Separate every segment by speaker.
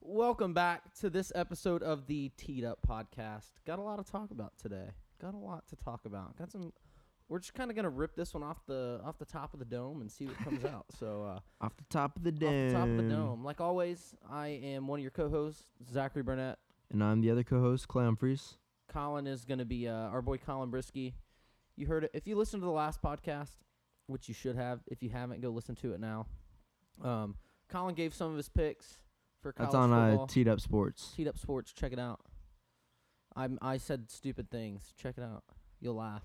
Speaker 1: Welcome back to this episode of the Teed Up Podcast. Got a lot to talk about today. Got a lot to talk about. Got some. We're just kind of gonna rip this one off the off the top of the dome and see what comes out. So uh,
Speaker 2: Off the top of the
Speaker 1: off
Speaker 2: dome.
Speaker 1: the top of the dome, like always, I am one of your co-hosts, Zachary Burnett.
Speaker 2: And I'm the other co-host, Clay Humphries.
Speaker 1: Colin is going to be uh, our boy Colin Brisky. You heard it. If you listened to the last podcast, which you should have, if you haven't, go listen to it now. Um, Colin gave some of his picks for college
Speaker 2: That's on
Speaker 1: football.
Speaker 2: uh, Teed Up Sports.
Speaker 1: Teed Up Sports. Check it out. I'm, I said stupid things. Check it out. You'll laugh.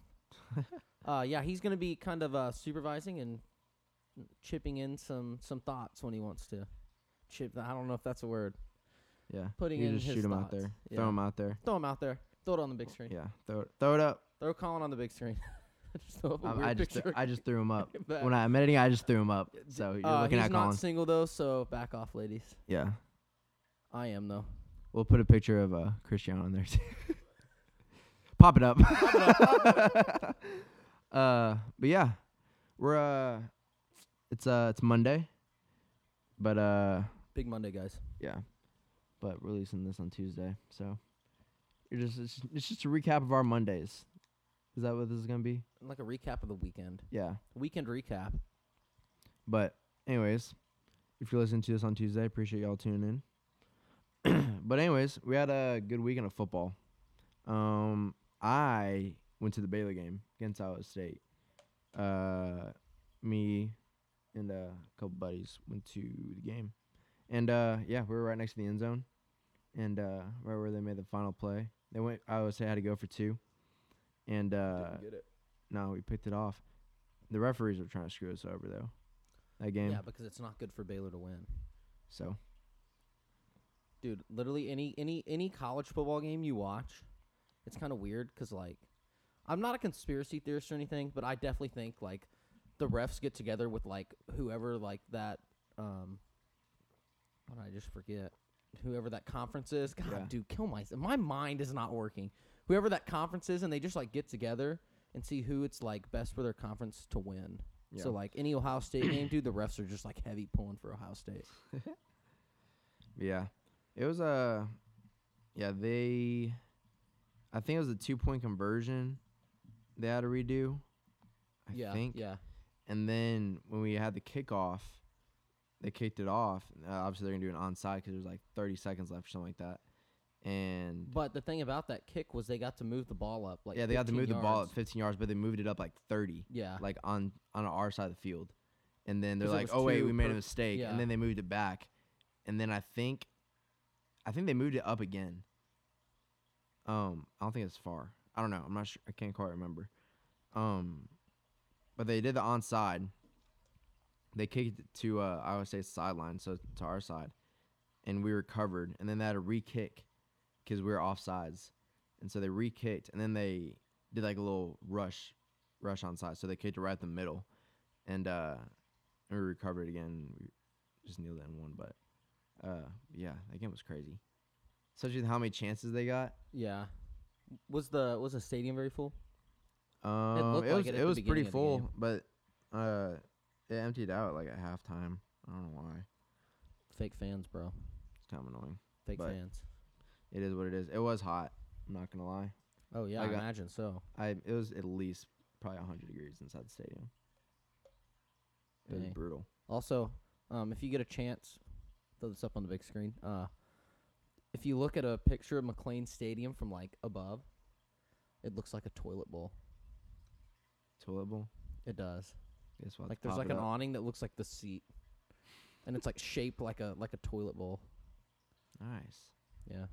Speaker 1: uh, yeah, he's going to be kind of uh, supervising and chipping in some some thoughts when he wants to. Chip. I don't know if that's a word.
Speaker 2: Yeah.
Speaker 1: Putting
Speaker 2: you
Speaker 1: in
Speaker 2: just
Speaker 1: his
Speaker 2: shoot 'em out
Speaker 1: thoughts.
Speaker 2: there.
Speaker 1: Yeah.
Speaker 2: Throw 'em out there.
Speaker 1: Throw him out there. Throw it on the big screen.
Speaker 2: Yeah. Throw it, throw it up.
Speaker 1: Throw Colin on the big screen. just throw up a
Speaker 2: I,
Speaker 1: weird
Speaker 2: I just
Speaker 1: picture.
Speaker 2: I just threw him up.
Speaker 1: Back.
Speaker 2: When I'm editing, I just threw him up. So you're
Speaker 1: Uh,
Speaker 2: looking
Speaker 1: he's
Speaker 2: at
Speaker 1: not
Speaker 2: Colin.
Speaker 1: single though, so back off, ladies.
Speaker 2: yeah.
Speaker 1: I am though.
Speaker 2: We'll put a picture of uh, Cristiano on there too. Pop it up. uh, but yeah, we're uh, it's uh, it's Monday, but uh,
Speaker 1: Big Monday, guys.
Speaker 2: yeah, but we're releasing this on Tuesday, so you're just it's, it's just a recap of our Mondays. Is that what this is gonna be?
Speaker 1: Like a recap of the weekend.
Speaker 2: Yeah.
Speaker 1: Weekend recap.
Speaker 2: But anyways, if you're listening to this on Tuesday, appreciate y'all tuning in. but anyways, we had a good weekend of football. Um, I went to the Baylor game against Iowa State. Uh, me and a couple buddies went to the game, and uh, yeah, we were right next to the end zone, and uh, right where they made the final play. They went Iowa State had to go for two, and uh,
Speaker 1: get it.
Speaker 2: no, we picked it off. The referees were trying to screw us over though. That game.
Speaker 1: Yeah, because it's not good for Baylor to win.
Speaker 2: So
Speaker 1: Dude, literally any any any college football game you watch, it's kind of weird cuz like I'm not a conspiracy theorist or anything, but I definitely think like the refs get together with like whoever like that um what did I just forget whoever that conference is. God,
Speaker 2: Yeah.
Speaker 1: dude, kill my my mind is not working. Whoever that conference is and they just like get together and see who it's like best for their conference to win.
Speaker 2: Yeah.
Speaker 1: So like any Ohio State game, dude, the refs are just like heavy pulling for Ohio State.
Speaker 2: yeah, it was a yeah they. I think it was a two point conversion. They had to redo. I
Speaker 1: yeah.
Speaker 2: think.
Speaker 1: Yeah.
Speaker 2: And then when we had the kickoff, they kicked it off. Uh, obviously, they're gonna do an onside because there's like 30 seconds left or something like that. And
Speaker 1: But the thing about that kick was they got to move the ball up. Like
Speaker 2: yeah, they got to
Speaker 1: 15
Speaker 2: move the ball up
Speaker 1: yards.
Speaker 2: 15 yards, but they moved it up like 30.
Speaker 1: Yeah,
Speaker 2: like on on our side of the field, and then they're
Speaker 1: 'Cause it
Speaker 2: like,
Speaker 1: was
Speaker 2: "Oh wait,
Speaker 1: two
Speaker 2: we made
Speaker 1: per-
Speaker 2: a mistake,"
Speaker 1: yeah.
Speaker 2: and then they moved it back, and then I think, I think they moved it up again. Um, I don't think it's far. I don't know. I'm not sure. I can't quite remember. Um, but they did the onside. They kicked it to uh, Iowa State's sideline, so to our side, and we were covered. And then they had a re kick because we were offsides, and so they re kicked, and then they did like a little rush, rush onside. So they kicked it right at the middle, and uh, and we recovered again. We just kneeled it and won. But uh, yeah, that game was crazy. Especially with how many chances they got.
Speaker 1: yeah. Was the was the stadium very full?
Speaker 2: Um,
Speaker 1: looked
Speaker 2: it,
Speaker 1: like
Speaker 2: was
Speaker 1: it at
Speaker 2: it,
Speaker 1: the
Speaker 2: was
Speaker 1: beginning
Speaker 2: pretty
Speaker 1: of the
Speaker 2: full, but uh, it emptied out like at halftime. I don't know why.
Speaker 1: Fake fans, bro.
Speaker 2: It's kind of annoying.
Speaker 1: Fake
Speaker 2: But-
Speaker 1: fans.
Speaker 2: It is what it is. It was hot. I'm not gonna lie.
Speaker 1: Oh yeah, I,
Speaker 2: I got-
Speaker 1: imagine so.
Speaker 2: I it was at least probably 100 degrees inside the stadium. It was
Speaker 1: Dang.
Speaker 2: brutal.
Speaker 1: Also, um, if you get a chance, throw this up on the big screen. Uh, if you look at a picture of McLean Stadium from like above, it looks like a toilet bowl.
Speaker 2: Toilet bowl.
Speaker 1: It does.
Speaker 2: Guess what?
Speaker 1: Like there's like an awning that looks like the seat, and it's like shaped like a like a toilet bowl.
Speaker 2: nice.
Speaker 1: Yeah.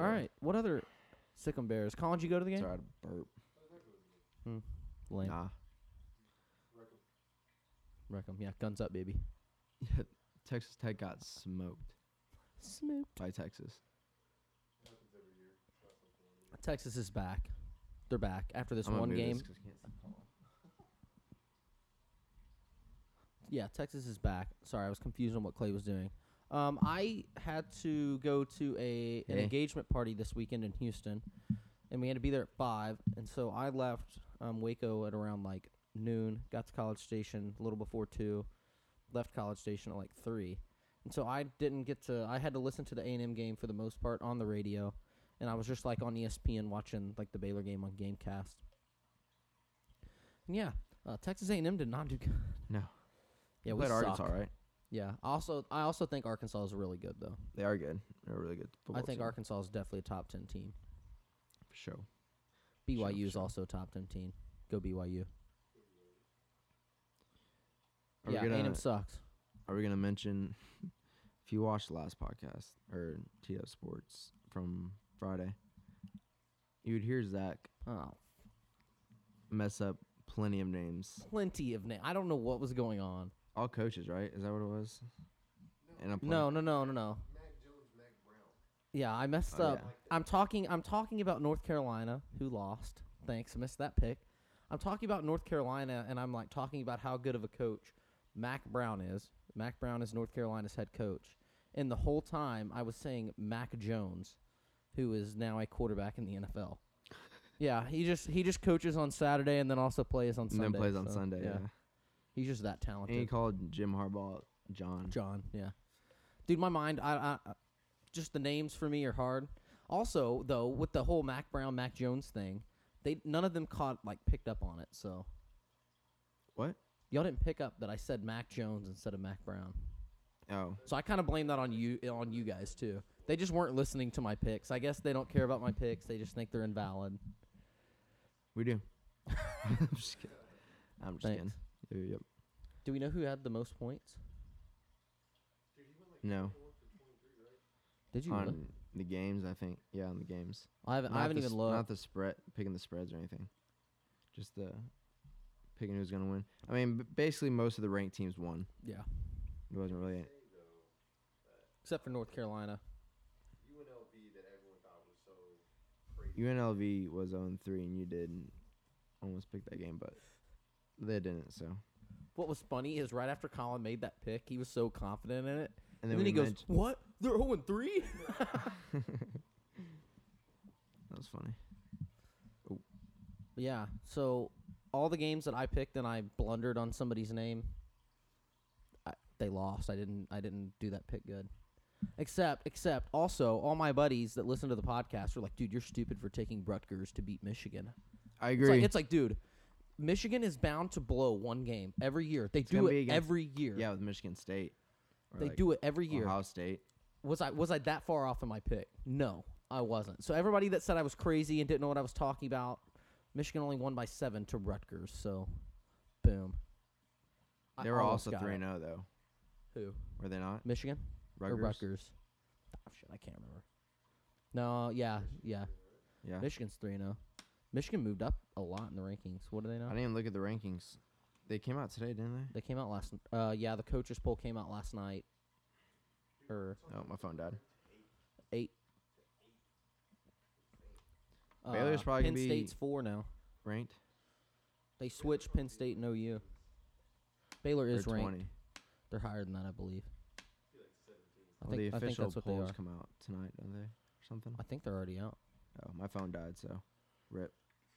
Speaker 1: All right. What other Sikkim Bears? Colin, did you go to the game?
Speaker 2: Sorry to burp.
Speaker 1: Lame.
Speaker 2: Nah.
Speaker 1: Wreck 'em. Yeah, guns up, baby.
Speaker 2: Texas Tech got smoked
Speaker 1: Smoop.
Speaker 2: by Texas.
Speaker 1: Texas is back. They're back after this
Speaker 2: I'm gonna
Speaker 1: one
Speaker 2: move
Speaker 1: game.
Speaker 2: this 'cause I can't see Paul.
Speaker 1: Yeah, Texas is back. Sorry, I was confused on what Clay was doing. Um, I had to go to a an
Speaker 2: Hey.
Speaker 1: engagement party this weekend in Houston, and we had to be there at five. And so I left um, Waco at around like noon. Got to College Station a little before two. Left College Station at like three, And so I didn't get to. I had to listen to the A and M game for the most part on the radio, and I was just like on E ESPN watching like the Baylor game on GameCast. And yeah, uh, Texas A and M did not do good.
Speaker 2: No.
Speaker 1: Yeah, we
Speaker 2: played
Speaker 1: suck.
Speaker 2: Arkansas, right?
Speaker 1: Yeah. Also, I also think Arkansas is really good though.
Speaker 2: They are good. They're a really good football
Speaker 1: I think
Speaker 2: team,
Speaker 1: Arkansas is definitely a top ten team.
Speaker 2: for sure. Sure,
Speaker 1: BYU is
Speaker 2: sure.
Speaker 1: also a top ten team. Go BYU.
Speaker 2: Are
Speaker 1: yeah,
Speaker 2: we gonna
Speaker 1: A&M sucks.
Speaker 2: are we gonna mention if you watched the last podcast or TF Sports from Friday, you would hear Zach
Speaker 1: Oh,
Speaker 2: mess up plenty of names.
Speaker 1: plenty of name. I don't know what was going on.
Speaker 2: All coaches, right? Is that what it was? And I'm
Speaker 1: No, no, no, no, no. Yeah, I messed
Speaker 2: Oh,
Speaker 1: up. I'm talking. I'm talking about North Carolina, who lost. Thanks, I missed that pick. I'm talking about North Carolina, and I'm like talking about how good of a coach Mac Brown is. Mac Brown is North Carolina's head coach, and the whole time I was saying Mac Jones, who is now a quarterback in the NFL. Yeah, he just he just coaches on Saturday and then also plays on
Speaker 2: and
Speaker 1: Sunday.
Speaker 2: then plays on
Speaker 1: so,
Speaker 2: Sunday. Yeah.
Speaker 1: he's just that talented.
Speaker 2: And he called Jim Harbaugh John.
Speaker 1: John, yeah. Dude, my mind, I, I, I- just the names for me are hard. Also, though, with the whole Mac Brown, Mac Jones thing, they none of them caught like picked up on it. So
Speaker 2: What?
Speaker 1: y'all didn't pick up that I said Mac Jones instead of Mac Brown.
Speaker 2: Oh,
Speaker 1: So I kind of blame that on you on you guys too. They just weren't listening to my picks. I guess they don't care about my picks. They just think they're invalid.
Speaker 2: we do. I'm just kidding. I'm just
Speaker 1: Thanks.
Speaker 2: kidding. Yep.
Speaker 1: Do we know who had the most points?
Speaker 2: No.
Speaker 1: Did you?
Speaker 2: on
Speaker 1: look?
Speaker 2: the games, I think. Yeah, on the games.
Speaker 1: I haven't.
Speaker 2: Not
Speaker 1: I haven't
Speaker 2: the
Speaker 1: even
Speaker 2: s-
Speaker 1: looked.
Speaker 2: Not the spread, picking the spreads or anything. Just the picking who's gonna win. I mean, b- basically most of the ranked teams won.
Speaker 1: yeah,
Speaker 2: It wasn't really. a-
Speaker 1: except for North Carolina.
Speaker 2: UNLV was on three, and you did almost pick that game, but they didn't. So.
Speaker 1: What was funny is right after Colin made that pick, he was so confident in it. And
Speaker 2: And then,
Speaker 1: then,
Speaker 2: we
Speaker 1: he goes,
Speaker 2: mentioned-
Speaker 1: "What? They're 0 3?"
Speaker 2: that was funny.
Speaker 1: yeah. So all the games that I picked and I blundered on somebody's name, I, they lost. I didn't. I didn't do that pick good. Except, except also, all my buddies that listen to the podcast were like, "Dude, you're stupid for taking Rutgers to beat Michigan."
Speaker 2: I
Speaker 1: It's
Speaker 2: agree.
Speaker 1: like, it's like, dude, Michigan is bound to blow one game every year. They do
Speaker 2: gonna be
Speaker 1: it
Speaker 2: against-
Speaker 1: every year.
Speaker 2: yeah, with Michigan State. or,
Speaker 1: they
Speaker 2: like,
Speaker 1: do it every year.
Speaker 2: Ohio State.
Speaker 1: was I was I that far off in my pick? No, I wasn't. So everybody that said I was crazy and didn't know what I was talking about, Michigan only won by seven to Rutgers. So, boom. I
Speaker 2: They were
Speaker 1: almost
Speaker 2: also
Speaker 1: got
Speaker 2: three
Speaker 1: it.
Speaker 2: and zero though.
Speaker 1: Who?
Speaker 2: Were they not?
Speaker 1: Michigan
Speaker 2: Rutgers.
Speaker 1: or Rutgers? Oh, shit, I can't remember. No, yeah, yeah.
Speaker 2: Yeah.
Speaker 1: Michigan's three and zero. Michigan moved up a lot in the rankings. What do they
Speaker 2: I
Speaker 1: know?
Speaker 2: didn't even look at the rankings. They came out today, didn't they?
Speaker 1: They came out last. n- Uh, yeah, the coaches poll came out last night. Er, Or
Speaker 2: Oh, my phone died.
Speaker 1: eight.
Speaker 2: Baylor's
Speaker 1: uh,
Speaker 2: probably
Speaker 1: Penn
Speaker 2: gonna be-
Speaker 1: State's four oh. now.
Speaker 2: Ranked
Speaker 1: They switched Penn State and OU. Baylor is
Speaker 2: or
Speaker 1: ranked.
Speaker 2: twenty.
Speaker 1: They're higher than that, I believe. I
Speaker 2: Well,
Speaker 1: think,
Speaker 2: the
Speaker 1: I think
Speaker 2: official
Speaker 1: that's what they
Speaker 2: polls
Speaker 1: are.
Speaker 2: come out tonight, don't they? Or something?
Speaker 1: I think they're already out.
Speaker 2: Oh, my phone died, so rip.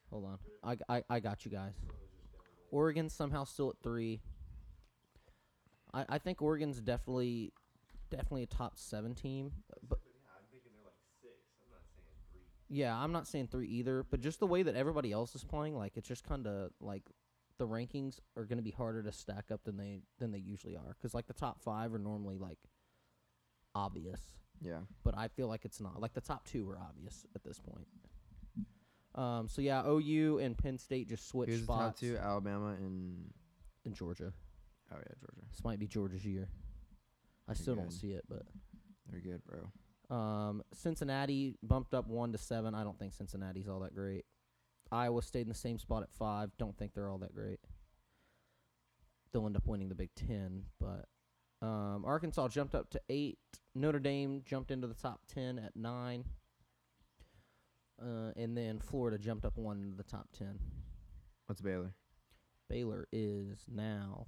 Speaker 1: Hold on. I, g- I, I got you guys. Oregon's somehow still at three. I, I think Oregon's definitely definitely a top seven team. But yeah, I'm not saying three either, but just the way that everybody else is playing, like it's just kind of like the rankings are going to be harder to stack up than they than they usually are because like the top five are normally like obvious
Speaker 2: Yeah.
Speaker 1: but I feel like it's not. Like the top two were obvious at this point. Um, so yeah, OU and Penn State just switched
Speaker 2: Who's the top
Speaker 1: spots
Speaker 2: two? Alabama and
Speaker 1: in Georgia.
Speaker 2: oh yeah, Georgia.
Speaker 1: This might be Georgia's year. I
Speaker 2: Pretty
Speaker 1: still don't
Speaker 2: good.
Speaker 1: see it, but
Speaker 2: They're good, bro.
Speaker 1: um, Cincinnati bumped up one to seven. I don't think Cincinnati's all that great. Iowa stayed in the same spot at five. Don't think they're all that great. They'll end up winning the Big Ten, but um, Arkansas jumped up to eight. Notre Dame jumped into the top ten at nine, uh, and then Florida jumped up one into the top ten.
Speaker 2: What's Baylor?
Speaker 1: Baylor is now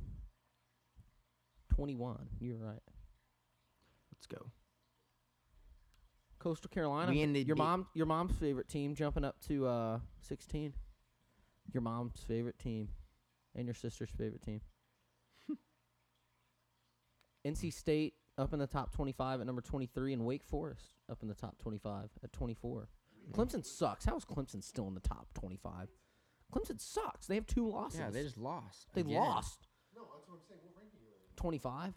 Speaker 1: twenty-one. You're right.
Speaker 2: Let's go.
Speaker 1: Coastal Carolina.
Speaker 2: We ended
Speaker 1: your
Speaker 2: the-
Speaker 1: mom, your mom's favorite team, jumping up to uh, sixteen. Your mom's favorite team, and your sister's favorite team. NC State up in the top 25 at number 23, and Wake Forest up in the top 25 at 24. Clemson sucks. How is Clemson still in the top 25? Clemson sucks. They have two losses.
Speaker 2: Yeah, they just lost.
Speaker 1: They
Speaker 2: again.
Speaker 1: lost
Speaker 3: No, that's what I'm saying. What ranking you in?
Speaker 1: 25.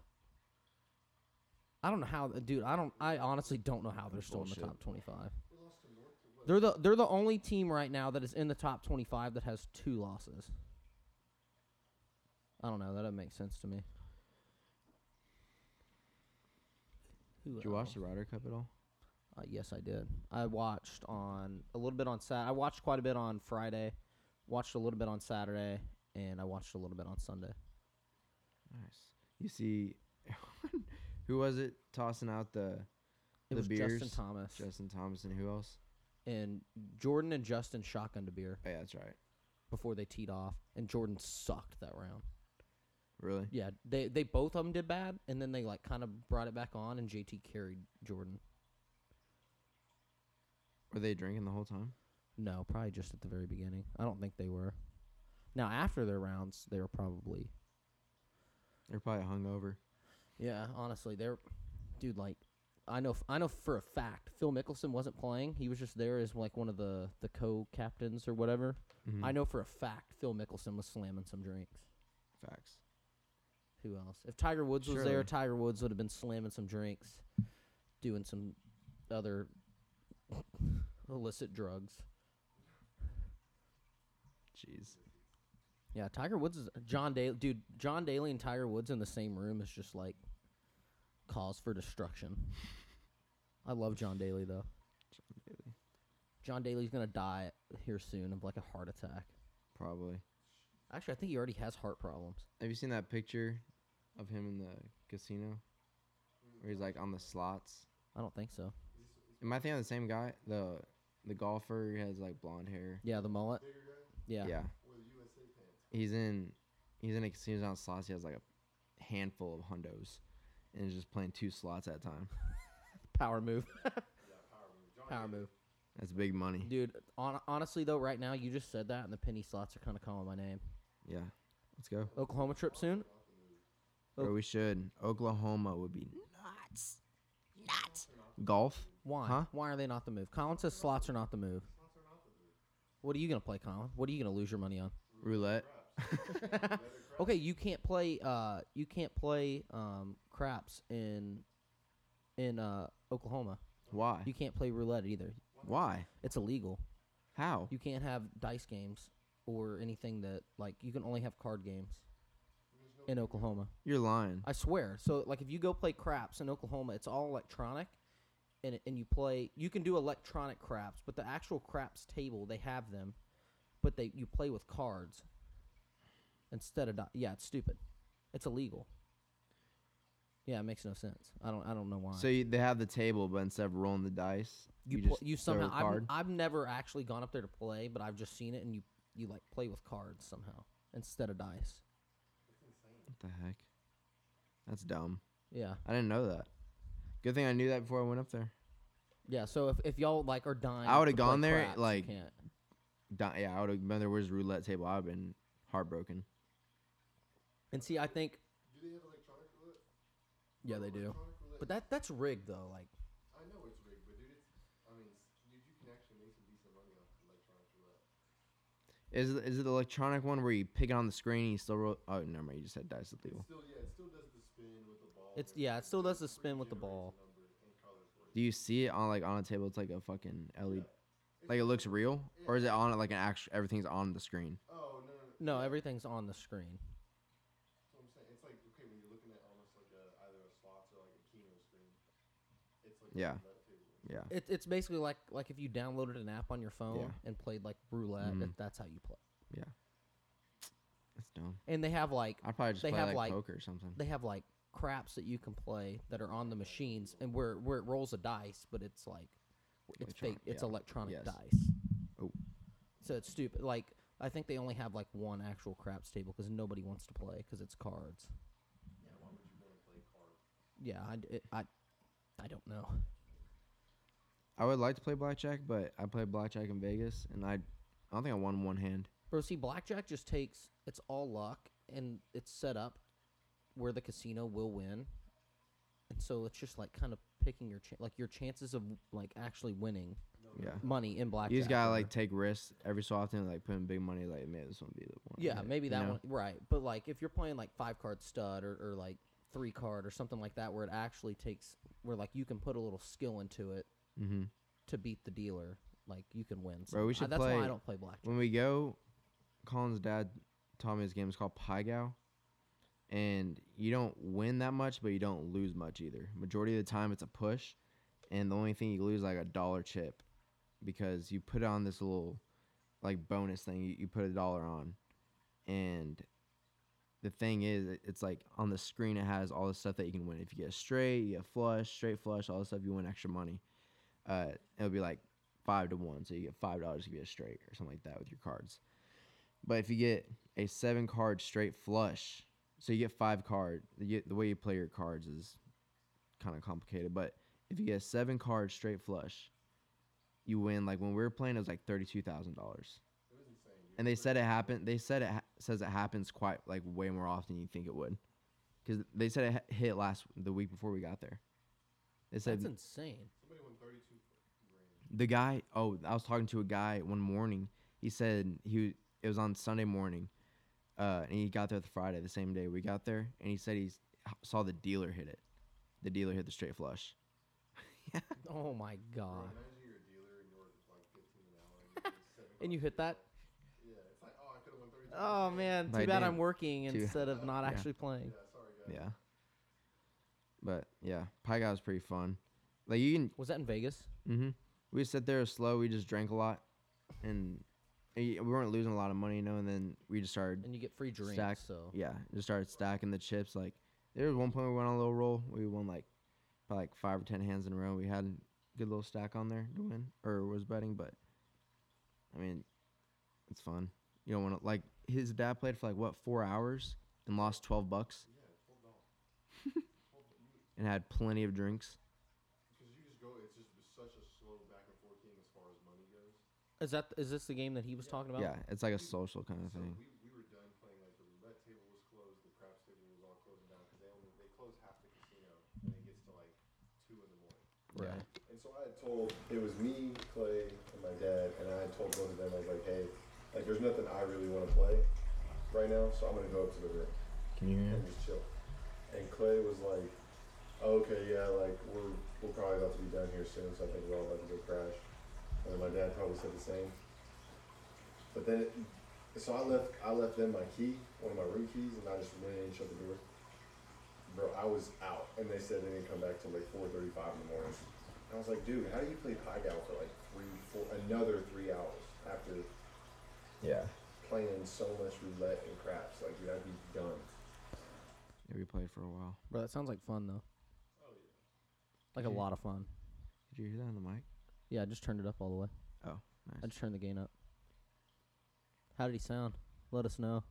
Speaker 1: I don't know how, dude. I don't. I honestly don't know how they're still in
Speaker 2: Bullshit.
Speaker 1: the top 25.
Speaker 3: We lost to North. What?
Speaker 1: They're the they're the only team right now that is in the top 25 that has two losses. I don't know. That doesn't make sense to me. Who
Speaker 2: Did you watch
Speaker 1: else?
Speaker 2: the Ryder Cup at all?
Speaker 1: Uh, yes, I did. I watched on a little bit on Sat. I watched quite a bit on Friday, watched a little bit on Saturday, and I watched a little bit on Sunday.
Speaker 2: Nice. You see, who was it tossing out the
Speaker 1: It
Speaker 2: The
Speaker 1: was Justin
Speaker 2: beers,
Speaker 1: Thomas
Speaker 2: Justin Thomas and who else?
Speaker 1: and Jordan and Justin shotgun to beer
Speaker 2: Oh, yeah, that's right.
Speaker 1: before they teed off, and Jordan sucked that round.
Speaker 2: Really?
Speaker 1: Yeah, they they both of them did bad, and then they like kind of brought it back on, and JT carried Jordan.
Speaker 2: Were they drinking the whole time?
Speaker 1: No, probably just at the very beginning. I don't think they were. Now after their rounds, they were probably
Speaker 2: They're probably hungover.
Speaker 1: Yeah, honestly, they're dude like I know I know for a fact Phil Mickelson wasn't playing. He was just there as like one of the the co-captains or whatever.
Speaker 2: Mm-hmm.
Speaker 1: I know for a fact Phil Mickelson was slamming some drinks.
Speaker 2: Facts.
Speaker 1: Who else? If Tiger Woods was there,
Speaker 2: Surely.
Speaker 1: Tiger Woods would have been slamming some drinks, doing some other illicit drugs.
Speaker 2: Jeez.
Speaker 1: Yeah, Tiger Woods is John Daly, dude. John Daly and Tiger Woods in the same room is just like cause for destruction. I love John Daly though. John Daly's gonna die here soon of like a heart attack.
Speaker 2: Probably.
Speaker 1: Actually, I think he already has heart problems.
Speaker 2: Have you seen that picture of him in the casino? Where he's like on the slots.
Speaker 1: I don't think so.
Speaker 2: Am I thinking of the same guy? The the golfer who has like blonde hair.
Speaker 1: Yeah, the mullet.
Speaker 3: Bigger guy
Speaker 1: Yeah.
Speaker 3: with USA pants.
Speaker 2: He's in he's in a casino on slots. He has like a handful of hundos and is just playing two slots at a time.
Speaker 1: Power move.
Speaker 3: Yeah, power move. John
Speaker 1: Power
Speaker 3: Daly.
Speaker 1: move.
Speaker 2: That's big money.
Speaker 1: Dude, on, honestly though, right now you just said that, and the penny slots are kind of calling my name.
Speaker 2: Yeah. Let's go.
Speaker 1: Oklahoma trip soon. Oh.
Speaker 2: Or we should. Oklahoma would be nuts. Nuts. Golf.
Speaker 1: Why?
Speaker 2: Huh?
Speaker 1: Why are they not the move? Colin says slots are not the move. What are you gonna play, Colin? What are you gonna lose your money on?
Speaker 2: Roulette.
Speaker 1: okay, you can't play. Uh, you can't play um, craps in in uh, Oklahoma.
Speaker 2: Why?
Speaker 1: You can't play roulette either.
Speaker 2: Why?
Speaker 1: It's illegal.
Speaker 2: How?
Speaker 1: You can't have dice games or anything that like you can only have card games in Oklahoma.
Speaker 2: You're lying.
Speaker 1: I swear. So like if you go play craps in Oklahoma, it's all electronic. And, and you play you can do electronic craps but the actual craps table they have them but they you play with cards instead of di- yeah it's stupid it's illegal yeah it makes no sense i don't i don't know why
Speaker 2: So you, they have the table, but instead of rolling the dice,
Speaker 1: you
Speaker 2: you,
Speaker 1: pl-
Speaker 2: just
Speaker 1: you
Speaker 2: throw
Speaker 1: somehow
Speaker 2: a
Speaker 1: I've,
Speaker 2: card.
Speaker 1: I've never actually gone up there to play but i've just seen it and you you like play with cards somehow instead of dice
Speaker 2: what the heck? That's dumb.
Speaker 1: yeah
Speaker 2: I didn't know that. Good thing I knew that before I went up there.
Speaker 1: yeah so if, if y'all like are dying
Speaker 2: I would've
Speaker 1: to play
Speaker 2: gone there,
Speaker 1: craps, you
Speaker 2: like-
Speaker 1: can't.
Speaker 2: Di- yeah, I would have been there. Where's the roulette table? I've been heartbroken.
Speaker 1: and see i think
Speaker 3: Do they have electronic roulette?
Speaker 1: yeah they do
Speaker 3: Electronic roulette.
Speaker 1: but that that's rigged though like
Speaker 3: I know it's rigged, but dude, it's. I mean, s- dude, you can actually make some decent money off electronic roulette.
Speaker 2: Is it, is it the electronic one where you pick it on the screen and you still roll? Oh, never mind. You just had dice
Speaker 3: It's
Speaker 2: legal.
Speaker 3: still, yeah, it still does the spin with the ball.
Speaker 1: It's-
Speaker 3: and
Speaker 1: yeah, it still
Speaker 3: everything,
Speaker 1: does the
Speaker 3: but it
Speaker 1: spin with the
Speaker 3: generates a
Speaker 1: ball.
Speaker 3: number and color for you.
Speaker 2: Do you see it on like on a table? It's like a fucking LED. Like it looks real, or is it on like an actual? Everything's on the screen.
Speaker 3: Oh no, no, no.
Speaker 1: No, everything's on the screen.
Speaker 3: That's what I'm saying. It's like okay when you're looking at almost like a, either a slots or like a keno screen. It's like a
Speaker 2: Yeah.
Speaker 3: roulette table.
Speaker 2: Yeah.
Speaker 1: It, it's basically like like if you downloaded an app on your phone
Speaker 2: Yeah.
Speaker 1: and played like roulette.
Speaker 2: Mhm.
Speaker 1: that- that's how you play.
Speaker 2: That's dumb.
Speaker 1: And they have like
Speaker 2: I'd probably just
Speaker 1: They
Speaker 2: play
Speaker 1: have,
Speaker 2: like,
Speaker 1: like-
Speaker 2: poker or something.
Speaker 1: they have like craps that you can play that are on the machines and where where it rolls a dice, but it's like it's
Speaker 2: Electronic,
Speaker 1: fake. It's
Speaker 2: yeah.
Speaker 1: electronic
Speaker 2: Yes.
Speaker 1: dice.
Speaker 2: Oh.
Speaker 1: So it's stupid. Like I think they only have like one actual craps table because nobody wants to play because it's cards. Yeah, I d- it- I, I don't know.
Speaker 2: I would like to play blackjack, but I played blackjack in Vegas, and I, I don't think I won one hand.
Speaker 1: Bro, see, blackjack just takes it's all luck, and it's set up where the casino will win, And so it's just like kind of picking your cha- like your chances of like actually winning
Speaker 2: Yeah.
Speaker 1: money in blackjack.
Speaker 2: You just gotta
Speaker 1: are-
Speaker 2: like take risks every so often, like putting big money. Like man, this one be the one. I
Speaker 1: yeah,
Speaker 2: hit,"
Speaker 1: maybe
Speaker 2: you
Speaker 1: that
Speaker 2: know?
Speaker 1: one right. But like if you're playing like five card stud or, or like three card or something like that, where it actually takes where like you can put a little skill into it
Speaker 2: Mhm.
Speaker 1: to beat the dealer, like you can win.
Speaker 2: Bro, we
Speaker 1: some- I-
Speaker 2: should
Speaker 1: that's why I
Speaker 2: play-
Speaker 1: don't play blackjack.
Speaker 2: When we go, Colin's dad taught me this game. It's called Pie Gow. And you don't win that much, but you don't lose much either. Majority of the time, it's a push. And the only thing you lose is like a dollar chip because you put on this little like bonus thing. You, you put a dollar on. And the thing is, it- it's like on the screen, it has all the stuff that you can win. If you get a straight, you get flush, straight flush, all this stuff, you win extra money. Uh, it'll be like five to one, so you get five dollars if you get a straight or something like that with your cards. But if you get a seven card straight flush, so you get five card. You get, the way you play your cards is kind of complicated, but if you get a seven card straight flush, you win. Like when we were playing, it was like thirty two thousand dollars.
Speaker 3: It was insane. dude.
Speaker 2: And they said it happened. They said it ha- says it happens quite like way more often than you think it would, because they said it ha- hit last the week before we got there. They said
Speaker 1: That's insane.
Speaker 3: Somebody won 32 grand.
Speaker 2: the guy. Oh, I was talking to a guy one morning. He said he it was on Sunday morning, uh, and he got there the Friday, the same day we got there, and he said he s- saw the dealer hit it. The dealer hit the straight flush.
Speaker 1: Oh my
Speaker 3: Bro,
Speaker 1: god!
Speaker 3: imagine you're a dealer and you're like 15 an hour. And, you get seven
Speaker 1: And you
Speaker 3: cards.
Speaker 1: hit that?
Speaker 3: Yeah, it's like, oh, I could have won 32
Speaker 1: Oh man, too
Speaker 2: Like,
Speaker 1: bad
Speaker 2: damn.
Speaker 1: I'm working
Speaker 2: Too-
Speaker 1: instead of not
Speaker 2: Yeah.
Speaker 1: actually playing.
Speaker 3: Yeah, sorry, guys.
Speaker 2: Yeah. But yeah, pie guy was pretty fun. Like you can
Speaker 1: Was that in Vegas?
Speaker 2: Mm-hmm. We just sat there slow. We just drank a lot, and y- we weren't losing a lot of money, you know. And then we just started,
Speaker 1: And you get free drinks.
Speaker 2: Stack.
Speaker 1: So
Speaker 2: yeah, just started stacking the chips. Like there was one point we went on a little roll. We won like probably like five or ten hands in a row. We had a good little stack on there to win or was betting, but I mean, it's fun. You don't want to like his dad played for like what four hours and lost twelve bucks and had plenty of drinks.
Speaker 3: Because you just go, it's just such a slow back and forth game as far as money goes.
Speaker 1: is that is this the game that he was talking about?
Speaker 2: Yeah, it's like a social kind of
Speaker 3: So
Speaker 2: thing.
Speaker 3: we, we were done playing like the roulette table was closed, the craps table was all closing down because they only they close half the casino and it gets to like two in the morning.
Speaker 1: Right.
Speaker 3: And so I had told it was me, Clay, and my dad, and I had told both of them I was like, hey, like there's nothing I really want to play right now, so I'm gonna go up to the rim
Speaker 2: Can you
Speaker 3: and just chill. And Clay was like, "Oh, okay, yeah, like we're we're probably about to be done here soon, so I think we're all about to go crash. And then my dad probably said the same. But then, it, so I left I left them my key, one of my room keys, and I just went in and shut the door. Bro, I was out, and they said they didn't come back till like 4:35 in the morning. And I was like, dude, how do you play Pie Gal for like three, four, another three hours after
Speaker 2: Yeah.
Speaker 3: playing so much roulette and craps? Like, dude, I'd be done.
Speaker 2: Yeah, we played for a while.
Speaker 1: Bro, that sounds like fun though.
Speaker 3: Oh yeah.
Speaker 1: Like a
Speaker 2: Yeah.
Speaker 1: lot of fun.
Speaker 2: Did you hear that on the mic?
Speaker 1: Yeah, I just turned it up all the way.
Speaker 2: Oh,
Speaker 1: I
Speaker 2: nice.
Speaker 1: just turned the gain up. How did he sound? Let us know.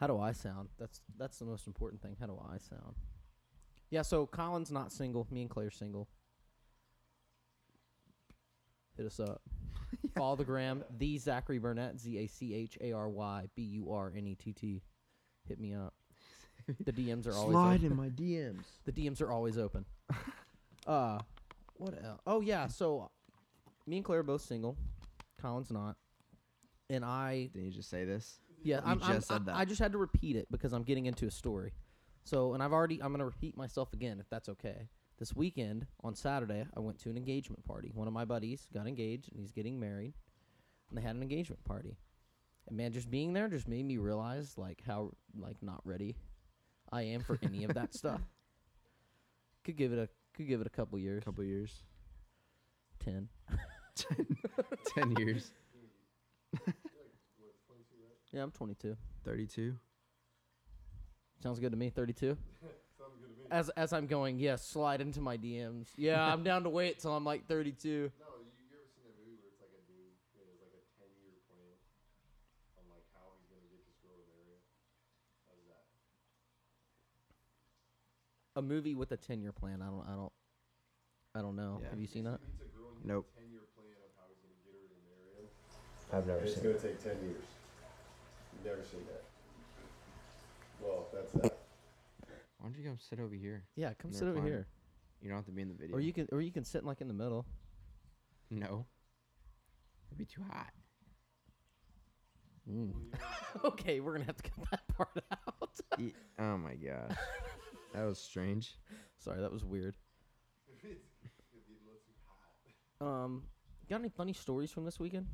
Speaker 1: How do I sound? That's that's the most important thing. How do I sound? Yeah, so Colin's not single. Me and Clay are single. Hit us up. Follow the gram, the Zachary Burnett, Z A C H A R Y B U R N E T T. Hit me up. The DMs are always open.
Speaker 2: Slide in my DMs.
Speaker 1: The DMs are always open. uh, what else? Oh yeah, so me and Claire are both single. Colin's not, and I
Speaker 2: Didn't you just say this?
Speaker 1: yeah
Speaker 2: You
Speaker 1: I'm, I'm-
Speaker 2: just said
Speaker 1: I-
Speaker 2: that.
Speaker 1: I just had to repeat it because I'm getting into a story. So and I've already I'm gonna repeat myself again if that's okay. This weekend on Saturday I went to an engagement party. One of my buddies got engaged and he's getting married, and they had an engagement party. And man, just being there just made me realize like how like not ready I am for any of that stuff. Could give it a could give it a couple years.
Speaker 2: couple years.
Speaker 1: Ten.
Speaker 2: ten, ten years.
Speaker 1: Yeah, I'm 22.
Speaker 2: 32.
Speaker 1: Sounds good to me. 32.
Speaker 3: Sounds good to me.
Speaker 1: As as I'm going, yes, slide into my DMs. Yeah, I'm down to wait till I'm like 32.
Speaker 3: No, you, you ever seen that movie where it's like a dude that has like a ten year plan on like how he's gonna get this girl to marry him? How's that?
Speaker 1: A movie with a 10 year plan. I don't I don't I don't know.
Speaker 2: Yeah.
Speaker 1: Have you seen that?
Speaker 3: He meets a girl and he
Speaker 2: Nope.
Speaker 3: has a ten year plan of how he's gonna get her to marry him.
Speaker 2: I've
Speaker 3: And it's gonna take ten years. You've never seen that. Well, that's that.
Speaker 2: Why Why don't you come sit over here?
Speaker 1: Yeah, come
Speaker 2: They're
Speaker 1: sit over
Speaker 2: climbing.
Speaker 1: here,
Speaker 2: You don't have to be in the video.
Speaker 1: or you can, or you can sit like in the middle.
Speaker 2: No. It'd be too hot.
Speaker 1: okay, we're gonna have to cut that part out.
Speaker 2: Ye- oh my gosh. that was strange.
Speaker 1: Sorry, that was weird. Um, got any funny stories from this weekend?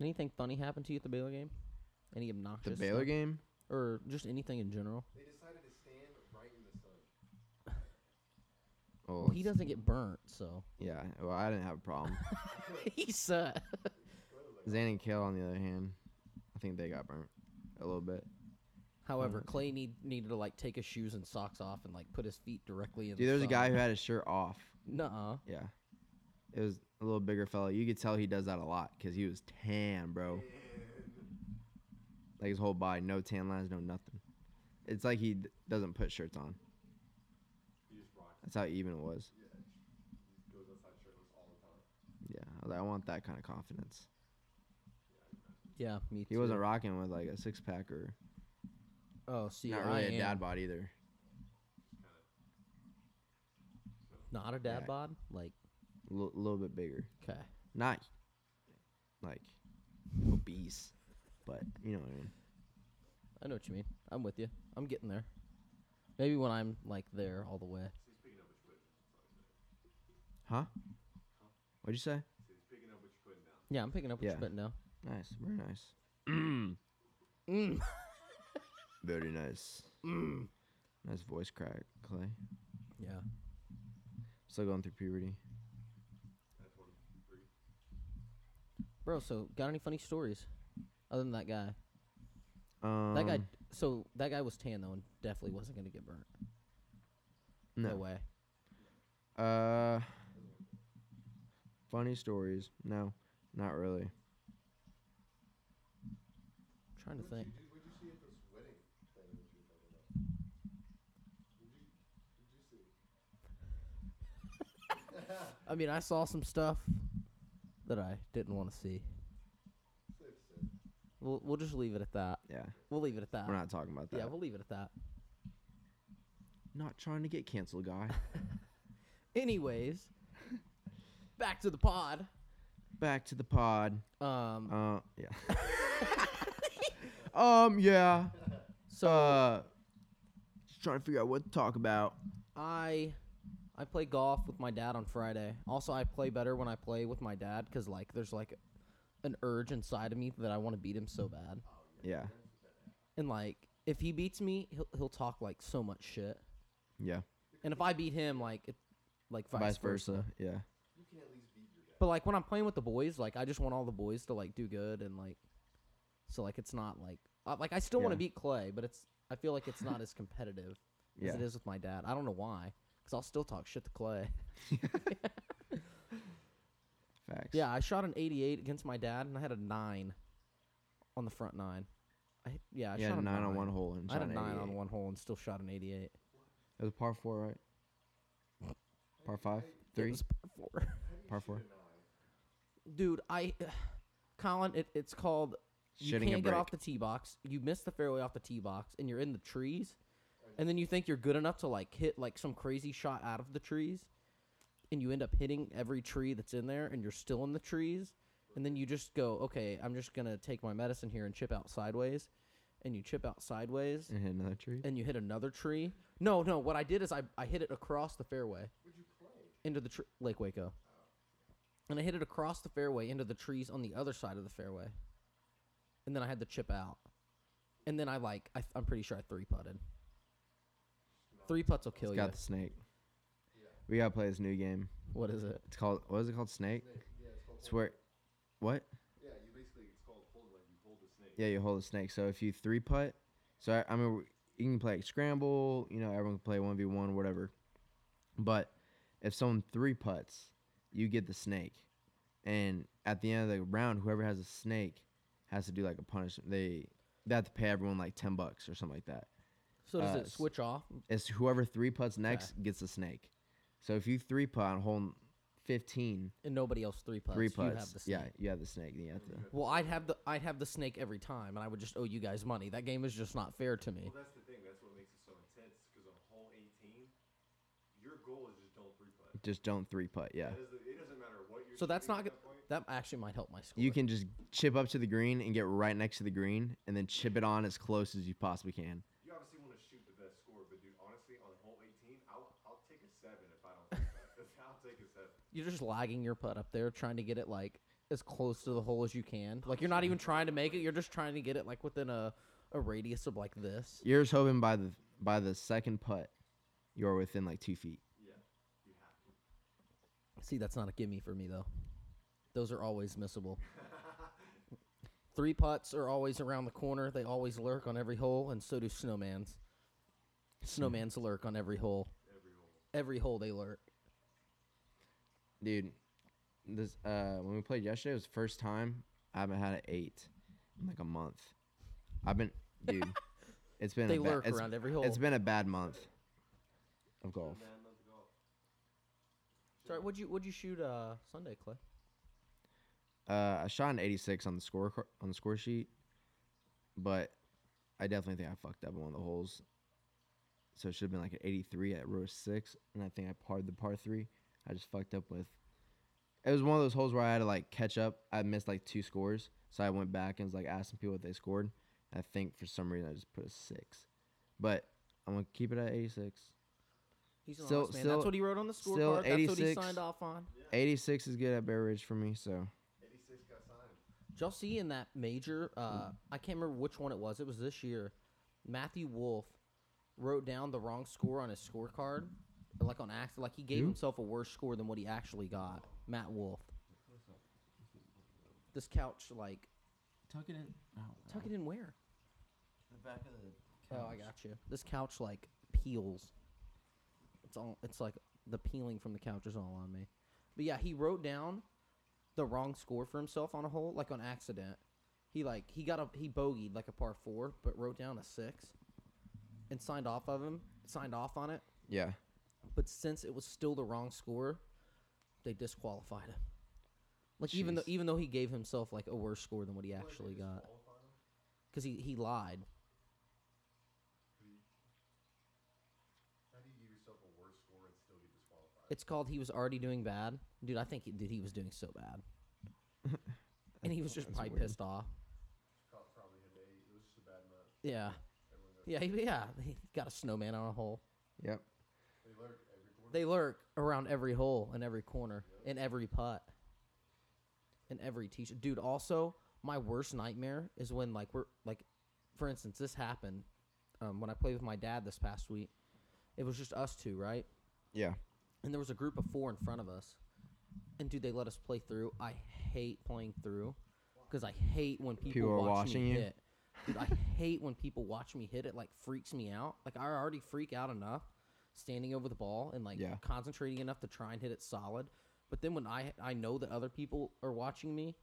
Speaker 1: Anything funny happened to you at the Baylor game? Any
Speaker 2: The
Speaker 1: obnoxious?
Speaker 2: Baylor
Speaker 1: stuff?
Speaker 2: game?
Speaker 1: or just anything in general?
Speaker 3: They decided to stand right in the sun.
Speaker 2: Oh,
Speaker 1: Well, he
Speaker 2: it's-
Speaker 1: doesn't get burnt, so
Speaker 2: Yeah. Well, I didn't have a problem.
Speaker 1: he's uh,
Speaker 2: Zan and Kale, on the other hand, I think they got burnt a little bit.
Speaker 1: However,
Speaker 2: Mm.
Speaker 1: Clay need, needed to like take his shoes and socks off and like put his feet directly in.
Speaker 2: Dude,
Speaker 1: the
Speaker 2: there was a
Speaker 1: sun.
Speaker 2: guy who had his shirt off.
Speaker 1: Nuh-uh.
Speaker 2: Yeah. It was a little bigger fella. You could tell he does that a lot because he was tan, bro. Like his whole body, no tan lines, no nothing. It's like he d- doesn't put shirts on. That's how even it was. Yeah, I, was like, I want that kind of confidence.
Speaker 1: Yeah, me too.
Speaker 2: He wasn't rocking with like a six pack or
Speaker 1: Oh, see,
Speaker 2: not
Speaker 1: I
Speaker 2: really
Speaker 1: am
Speaker 2: a dad bod either.
Speaker 1: Not a dad
Speaker 2: Yeah.
Speaker 1: bod. Like,
Speaker 2: A l- little bit bigger,
Speaker 1: okay,
Speaker 2: not like obese, but you know what I mean.
Speaker 1: I know what you mean. I'm with you. I'm getting there. Maybe when I'm like there all the way.
Speaker 2: Huh? What'd you say?
Speaker 1: Yeah, I'm picking up what
Speaker 2: Yeah.
Speaker 1: you're putting down.
Speaker 2: Nice, very nice.
Speaker 1: Mm.
Speaker 2: Very nice. Nice voice crack, Clay.
Speaker 1: Yeah.
Speaker 2: Still going through puberty.
Speaker 1: Bro, so got any funny stories other than that guy?
Speaker 2: Um,
Speaker 1: that guy. So that guy was tan though, and definitely wasn't gonna get burnt. No,
Speaker 2: No.
Speaker 1: way.
Speaker 2: Uh, funny stories? No, not really.
Speaker 1: I'm trying to think.
Speaker 3: What'd you see at this wedding thing that you were talking about? What'd you, what'd you see?
Speaker 1: I mean, I saw some stuff that I didn't want to see.
Speaker 3: Safe to say.
Speaker 1: We'll we'll just leave it at that.
Speaker 2: Yeah,
Speaker 1: We'll leave it at that.
Speaker 2: we're not talking about that.
Speaker 1: Yeah, we'll leave it at that.
Speaker 2: not trying to get canceled, guy.
Speaker 1: Anyways, back to the pod.
Speaker 2: Back to the pod.
Speaker 1: Um,
Speaker 2: Uh, yeah. um, yeah.
Speaker 1: so
Speaker 2: Uh, just trying to figure out what to talk about.
Speaker 1: I I play golf with my dad on Friday. Also, I play better when I play with my dad because like there's like an urge inside of me that I want to beat him so bad.
Speaker 2: Yeah,
Speaker 1: And like if he beats me, he'll he'll talk like so much shit.
Speaker 2: yeah.
Speaker 1: And if I beat him, like it, like vice,
Speaker 2: Vice
Speaker 1: versa.
Speaker 2: versa. Yeah.
Speaker 3: You can at least beat your dad.
Speaker 1: But like when I'm playing with the boys, like I just want all the boys to like do good and like so like it's not like uh, like I still want
Speaker 2: Yeah.
Speaker 1: to beat Clay, but it's I feel like it's not as competitive
Speaker 2: Yeah.
Speaker 1: as it is with my dad. I don't know why, because I'll still talk shit to Clay.
Speaker 2: Facts.
Speaker 1: Yeah, I shot an 88 against my dad, and I had a nine on the front nine. I hit- yeah, I
Speaker 2: Yeah.
Speaker 1: shot a
Speaker 2: Nine, on one hole and
Speaker 1: I had
Speaker 2: shot
Speaker 1: a
Speaker 2: an
Speaker 1: nine on
Speaker 2: 88.
Speaker 1: one hole and still shot an 88.
Speaker 2: It was a par four, right? Par five,
Speaker 1: It
Speaker 2: three,
Speaker 1: was par four.
Speaker 2: par four.
Speaker 1: Dude, I, Colin, it, it's called you
Speaker 2: Shitting a
Speaker 1: can't get
Speaker 2: brick.
Speaker 1: off the tee box. You miss the fairway off the tee box, and you're in the trees, and then you think you're good enough to like hit like some crazy shot out of the trees, and you end up hitting every tree that's in there, and you're still in the trees, and then you just go, okay, I'm just gonna take my medicine here and chip out sideways, and you chip out sideways,
Speaker 2: and hit another tree.
Speaker 1: and you hit another tree. No, no, what I did is I I hit it across the fairway
Speaker 3: What'd you play?
Speaker 1: into the tr- Lake Waco. And I hit it across the fairway into the trees on the other side of the fairway. And then I had to chip out. And then I like I, I'm pretty sure I three putted. Three putts will kill you.
Speaker 2: Got the snake. We gotta play this new game.
Speaker 1: What is it?
Speaker 2: It's called what is it called? Snake. It's where, what?
Speaker 3: Yeah, you basically, it's called hold, like you hold the snake.
Speaker 2: Yeah, you hold a snake. So if you three putt, so I, I mean you can play like scramble. You know everyone can play one v one, whatever. But if someone three putts, you get the snake, and at the end of the round, whoever has a snake has to do like a punishment. They they have to pay everyone like ten bucks or something like that.
Speaker 1: So does
Speaker 2: Uh,
Speaker 1: it switch off?
Speaker 2: It's whoever three putts next gets the snake. So if you three putt on hole 15,
Speaker 1: And nobody else three putts.
Speaker 2: three
Speaker 1: You
Speaker 2: putts,
Speaker 1: have the snake.
Speaker 2: yeah, you have the snake. Then you have to.
Speaker 1: Well, I'd have the I'd have the snake every time, and I would just owe you guys money. That game is just not fair to me.
Speaker 3: Well, that's the thing. That's what makes it so intense. Because on hole
Speaker 2: just don't three putt. Yeah,
Speaker 3: That is the, it doesn't matter what you're
Speaker 1: So that's
Speaker 3: shooting
Speaker 1: not
Speaker 3: at
Speaker 1: good.
Speaker 3: that point.
Speaker 1: That actually might help my score.
Speaker 2: you can just chip up to the green and get right next to the green, and then chip it on as close as you possibly can.
Speaker 3: You obviously want to shoot the best score, but dude, honestly, on hole 18, I'll, I'll take a seven if I don't. I'll take a seven.
Speaker 1: You're just lagging your putt up there, trying to get it like as close to the hole as you can. Like you're not even trying to make it. You're just trying to get it like within a a radius of like this.
Speaker 2: You're just hoping by the by the second putt, you're within like two feet.
Speaker 3: Yeah, you have to.
Speaker 1: See, that's not a gimme for me though. Those are always missable. Three putts are always around the corner. They always lurk on every hole, and so do snowmans.
Speaker 2: Hmm.
Speaker 1: Snowmans lurk on every hole.
Speaker 3: Every hole.
Speaker 1: Every hole they lurk.
Speaker 2: dude. This uh, when we played yesterday, it was the first time I haven't had an eight in like a month. I've been, dude. It's been
Speaker 1: They
Speaker 2: a ba-
Speaker 1: lurk
Speaker 2: it's-
Speaker 1: around every hole.
Speaker 2: It's been a bad month of golf.
Speaker 3: Man, let's go.
Speaker 1: Sorry, would you would you shoot uh, Sunday, Clay?
Speaker 2: Uh, I shot an 86 on the score car- on the score sheet, but I definitely think I fucked up in one of the holes. So it should have been like an 83 at row six, and I think I parred the par three. I just fucked up with. It was one of those holes where I had to like catch up. I missed like two scores, so I went back and was like asking people what they scored. I think for some reason I just put a six, but I'm gonna keep it at 86.
Speaker 1: He's an
Speaker 2: Still-
Speaker 1: honest man.
Speaker 2: still-
Speaker 1: That's what he wrote on the
Speaker 2: still
Speaker 1: scorecard. That's what he
Speaker 2: 86.
Speaker 1: signed off on.
Speaker 2: 86 is good at Bear Ridge for me, so
Speaker 3: 86 got signed.
Speaker 1: Did y'all see in that major? Uh, I can't remember which one it was. It was this year. Matthew Wolf wrote down the wrong score on his scorecard, like on accident. Like he gave
Speaker 2: Who?
Speaker 1: himself a worse score than what he actually got. Matt Wolf. This couch, like,
Speaker 4: Tuck it in. Oh,
Speaker 1: tuck it in where?
Speaker 4: The back of the.
Speaker 1: Oh, I got you. This couch, like, peels. It's all. It's like the peeling from the couch is all on me. But yeah, he wrote down the wrong score for himself on a hole, like on accident. He like he got a he bogeyed like a par four, but wrote down a six, and signed off of him, signed off on it.
Speaker 2: yeah.
Speaker 1: But since it was still the wrong score, they disqualified him. Like even though
Speaker 2: Jeez.
Speaker 1: even though he gave himself like a worse score than what he actually
Speaker 3: Like, they
Speaker 1: got,
Speaker 3: disqualified him?
Speaker 1: because he he lied.
Speaker 3: How do you give yourself a worse score and still get disqualified?
Speaker 1: It's called he was already doing bad, dude. I think he, dude he was doing so bad, and he was just
Speaker 2: That's
Speaker 1: probably
Speaker 2: weird.
Speaker 1: pissed off.
Speaker 3: Cop probably hit an eight. It was just a bad match.
Speaker 1: Yeah,
Speaker 3: Everyone got,
Speaker 1: yeah, he, yeah. He got a snowman on a hole.
Speaker 2: Yep.
Speaker 3: they lurk every corner.
Speaker 1: They lurk around every hole and every corner and every putt and every tee shot. Dude, also my worst nightmare is when like we're like, for instance, this happened um, when I played with my dad this past week. It was just us two, right?
Speaker 2: Yeah.
Speaker 1: and there was a group of four in front of us. And dude, they let us play through. I hate playing through because I hate when people,
Speaker 2: People are
Speaker 1: watch
Speaker 2: watching
Speaker 1: me
Speaker 2: you?
Speaker 1: hit. Dude, I hate when people watch me hit. It like freaks me out. Like I already freak out enough standing over the ball and like
Speaker 2: Yeah.
Speaker 1: concentrating enough to try and hit it solid. But then when I I know that other people are watching me,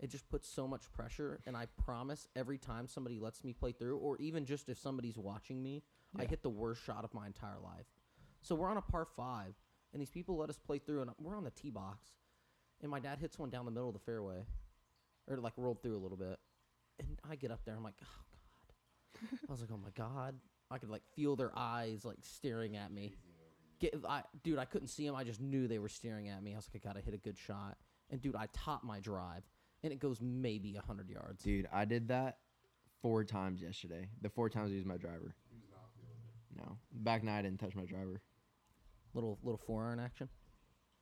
Speaker 1: it just puts so much pressure. And I promise every time somebody lets me play through, or even just if somebody's watching me, I hit the worst shot of my entire life. So we're on a par five, and these people let us play through, and we're on the tee box, and my dad hits one down the middle of the fairway, or like rolled through a little bit, and I get up there, I'm like, oh god, I was like, oh my god, I could like feel their eyes like staring at me. Get, I, dude, I couldn't see them. I just knew they were staring at me. I was like, I gotta hit a good shot, and dude, I top my drive, and it goes maybe hundred yards.
Speaker 2: Dude, I did that four times yesterday. The four times I used my driver. No. Back nine, I didn't touch my driver.
Speaker 1: Little little four iron action.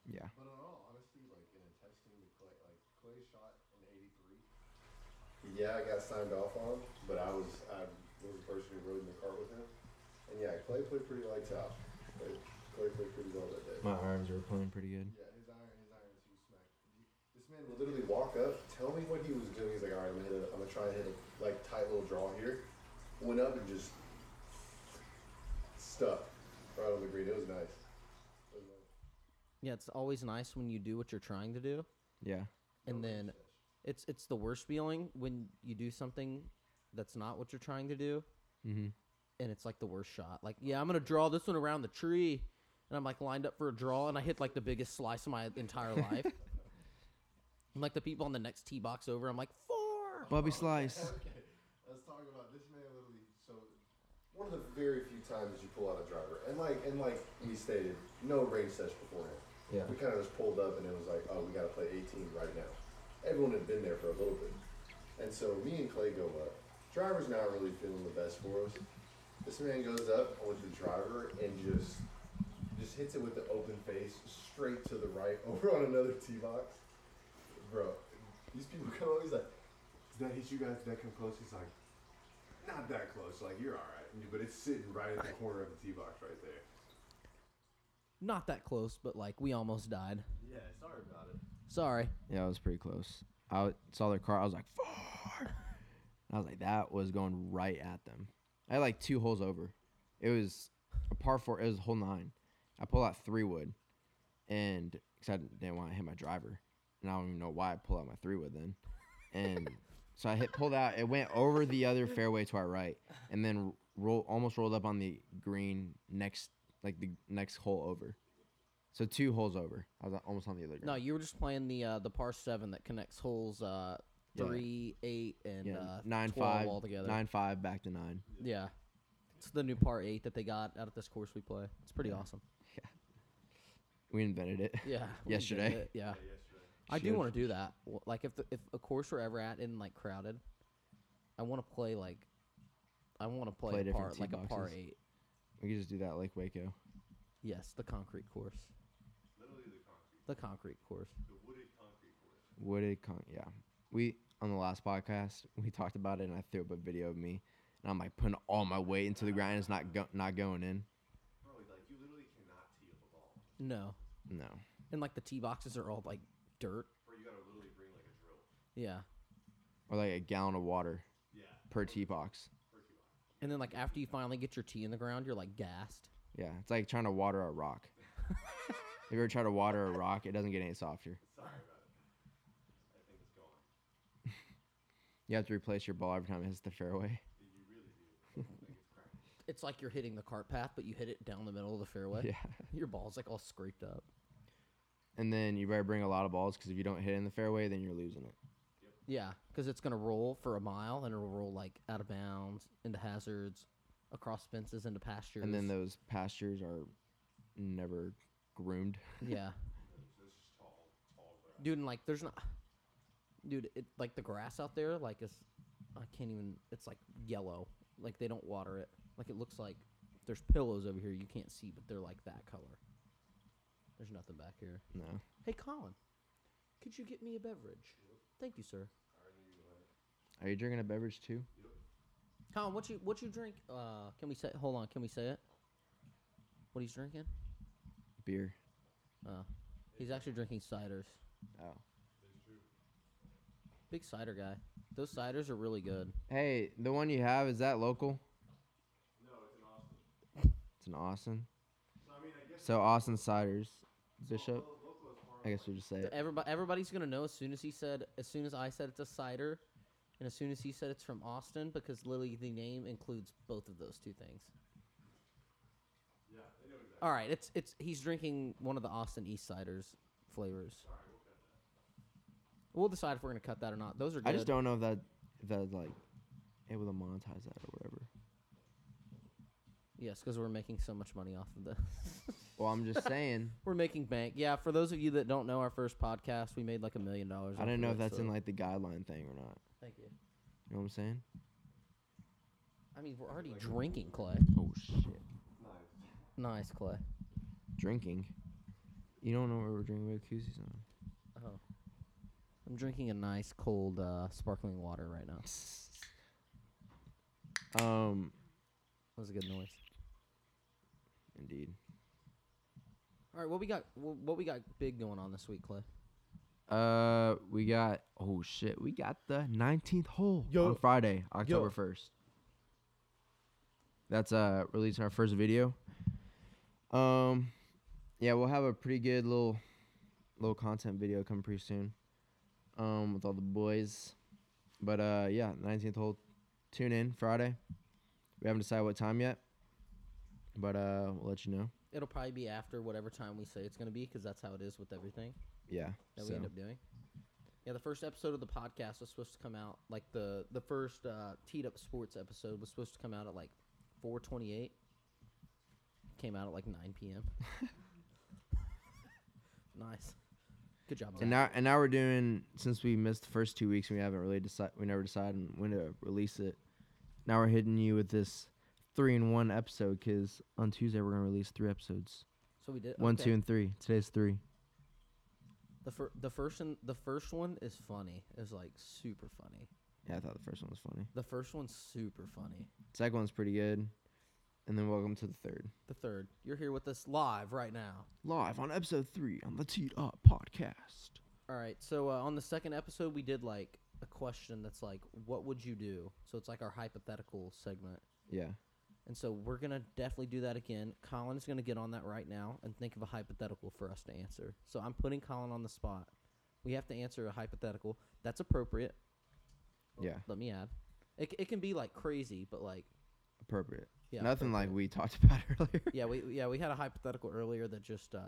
Speaker 2: Yeah.
Speaker 3: But in all honesty, like in a testing with Clay, like Clay shot an 83. Yeah, I got signed off on, but I was I was the person who rode in the cart with him, and yeah, Clay played pretty lights out. Clay, Clay played pretty well that day.
Speaker 2: My arms were playing pretty good.
Speaker 3: Yeah, his iron, his irons, he was smacked. This man would literally walk up, tell me what he was doing. He's like, all right, I'm gonna hit a, I'm gonna try and hit a like tight little draw here. Went up and just stuck right on the green. It was nice. It was nice.
Speaker 1: Yeah, it's always nice when you do what you're trying to do,
Speaker 2: Yeah.
Speaker 1: and then it's it's the worst feeling when you do something that's not what you're trying to do,
Speaker 2: Mm-hmm.
Speaker 1: and it's like the worst shot. Like, yeah, I'm gonna draw this one around the tree, and I'm like lined up for a draw, and I hit like the biggest slice of my entire life. and like the people on the next tee box over, I'm like four.
Speaker 2: Bubby Slice.
Speaker 3: Okay, let's talk about this man. Literally, so one of the very few times you pull out a driver, and like and like we stated, no rain session beforehand.
Speaker 2: Yeah.
Speaker 3: We kind of just pulled up, and it was like, oh, we got to play 18 right now. Everyone had been there for a little bit, and so me and Clay go up. Driver's not really feeling the best for us. This man goes up with the driver and just just hits it with the open face straight to the right over on another tee box. Bro, these people come up, he's like, Did that hit you guys? Did that come close? He's like, Not that close. Like, you're alright. But it's sitting right at the corner of the tee box right there.
Speaker 1: Not that close, but like we almost died.
Speaker 3: Yeah, sorry about it.
Speaker 1: Sorry.
Speaker 2: Yeah, it was pretty close. I w- saw their car. I was like, "Fuck!" I was like, that was going right at them. I had like two holes over. It was a par four. It was hole nine. I pulled out three wood, and because I didn't want to hit my driver, and I don't even know why I pulled out my three wood then. And so I hit pulled out. It went over the other fairway to our right, and then roll almost rolled up on the green next, like the next hole over. So two holes over. I was uh, almost on the other. Green.
Speaker 1: No, you were just playing the uh, the par seven that connects holes uh,
Speaker 2: Yeah.
Speaker 1: three, eight, and
Speaker 2: yeah,
Speaker 1: uh,
Speaker 2: nine
Speaker 1: 12
Speaker 2: five
Speaker 1: all together.
Speaker 2: nine five back to nine.
Speaker 1: Yeah, it's the new par eight that they got out of this course we play. It's pretty awesome.
Speaker 2: We invented it.
Speaker 1: Yeah. we did
Speaker 2: Yesterday.
Speaker 1: it, Yeah.
Speaker 3: yesterday.
Speaker 1: I do
Speaker 2: Should've-
Speaker 1: want to do that. W- Like if the, if a course we're ever at isn't like crowded, I want to play like I want to play,
Speaker 2: Play
Speaker 1: a
Speaker 2: different
Speaker 1: par
Speaker 2: tee
Speaker 1: like a par
Speaker 2: boxes.
Speaker 1: eight.
Speaker 2: We could just do that like Waco.
Speaker 1: Yes, the concrete course.
Speaker 3: Literally the concrete,
Speaker 1: The concrete course.
Speaker 3: the wooded concrete course.
Speaker 2: Wooded con yeah. We on the last podcast we talked about it and I threw up a video of me and I'm like putting all my weight into the ground and it's not go- not going in.
Speaker 3: Bro, like, you literally cannot tee up a ball.
Speaker 1: No,
Speaker 2: No.
Speaker 1: and like the tee boxes are all like dirt.
Speaker 3: Or you gotta literally bring, like, a drill.
Speaker 1: Yeah,
Speaker 2: Or like a gallon of water
Speaker 3: Yeah.
Speaker 2: per tee box.
Speaker 1: and then like after you finally get your tee in the ground, you're like gassed.
Speaker 2: Yeah, it's like trying to water a rock. if you ever try to water a rock, it doesn't get any softer.
Speaker 3: Sorry about it. I think it's gone.
Speaker 2: You have to replace your ball every time it hits the fairway.
Speaker 3: You really do. Like, it's cracking.
Speaker 1: It's like you're hitting the cart path, but you hit it down the middle of the fairway.
Speaker 2: Yeah.
Speaker 1: Your ball's like all scraped up.
Speaker 2: And then you better bring a lot of balls because if you don't hit it in the fairway, then you're losing it.
Speaker 1: Yeah, because it's gonna roll for a mile, and it'll roll like out of bounds into hazards, across fences into pastures.
Speaker 2: And then those pastures are never groomed.
Speaker 1: yeah,
Speaker 3: It's just tall, tall grass.
Speaker 1: dude, and like there's not, dude, it like the grass out there like is, I can't even. It's like yellow. Like they don't water it. Like it looks like there's pillows over here you can't see, but they're like that color. There's nothing back here.
Speaker 2: No.
Speaker 1: Hey, Colin, could you get me a beverage? Thank you, sir.
Speaker 2: Are you drinking a beverage too?
Speaker 1: Colin, what you what you drink? Uh, can we say? Hold on, can we say it? What he's drinking?
Speaker 2: Beer.
Speaker 1: Oh, he's actually drinking ciders.
Speaker 2: Oh.
Speaker 1: Big cider guy. Those ciders are really good.
Speaker 2: Hey, the one you have is that local? It's in Austin. So Austin ciders. Bishop. I guess we just say it.
Speaker 1: Everybody, everybody's gonna know as soon as he said, as soon as I said it's a cider, and as soon as he said it's from Austin, because literally the name includes both of those two things. All right, it's it's he's drinking one of the Austin East ciders flavors. We'll decide if we're gonna cut that or not. Those are good.
Speaker 2: I just don't know if that if that's like able to monetize that or whatever.
Speaker 1: Yes, because we're making so much money off of this.
Speaker 2: Well, I'm just saying.
Speaker 1: we're making bank. Yeah, for those of you that don't know our first podcast, we made like a million dollars.
Speaker 2: I
Speaker 1: off
Speaker 2: don't
Speaker 1: of
Speaker 2: know
Speaker 1: it,
Speaker 2: if that's in
Speaker 1: so-
Speaker 2: like the guideline thing or not.
Speaker 1: Thank you.
Speaker 2: You know what I'm saying?
Speaker 1: I mean, we're already drinking, Clay.
Speaker 2: Oh shit.
Speaker 3: Nice.
Speaker 1: Nice, Clay.
Speaker 2: Drinking. You don't know what we're drinking with koozies on.
Speaker 1: Oh. I'm drinking a nice cold uh, sparkling water right now.
Speaker 2: Um,
Speaker 1: That was a good noise.
Speaker 2: indeed.
Speaker 1: All right, what we got? wh- What we got big going on this week, Clay?
Speaker 2: Uh, we got oh shit, we got the nineteenth hole
Speaker 1: Yo.
Speaker 2: on Friday,
Speaker 1: Yo.
Speaker 2: October first. That's uh releasing our first video. Um, yeah, we'll have a pretty good little little content video coming pretty soon. Um, with all the boys, but uh, yeah, nineteenth hole. Tune in Friday. We haven't decided what time yet, but uh, we'll let you know.
Speaker 1: It'll probably be after whatever time we say it's going to be, because that's how it is with everything
Speaker 2: Yeah.
Speaker 1: that
Speaker 2: so.
Speaker 1: we end up doing. Yeah, the first episode of the podcast was supposed to come out like the the first uh, teed up sports episode was supposed to come out at like 4:28. Came out at like 9 p.m. nice. Good job. Zach.
Speaker 2: And now, and now we're doing since we missed the first two weeks, and we haven't really decided. We never decided when to release it. Now we're hitting you with this three in one episode because on Tuesday we're gonna release three episodes.
Speaker 1: so we did
Speaker 2: One,
Speaker 1: okay.
Speaker 2: two, and three. Today's three.
Speaker 1: The fir- the first and the first one is funny. It was like super funny.
Speaker 2: Yeah, I thought the first one was funny.
Speaker 1: The first one's super funny.
Speaker 2: Second one's pretty good, and then welcome to the third.
Speaker 1: The third, you're here with us live right now.
Speaker 2: Live on episode three on the Teed Up podcast.
Speaker 1: All right. So uh, on the second episode, we did like a question that's like, "What would you do?" So it's like our hypothetical segment.
Speaker 2: Yeah,
Speaker 1: And so we're gonna definitely do that again. Colin is gonna get on that right now and think of a hypothetical for us to answer. So I'm putting Colin on the spot. We have to answer a hypothetical that's appropriate.
Speaker 2: yeah,
Speaker 1: Let me add, it c- it can be like crazy, but like
Speaker 2: appropriate.
Speaker 1: yeah,
Speaker 2: Nothing
Speaker 1: appropriate.
Speaker 2: like we talked about earlier.
Speaker 1: yeah we yeah we had a hypothetical earlier that just uh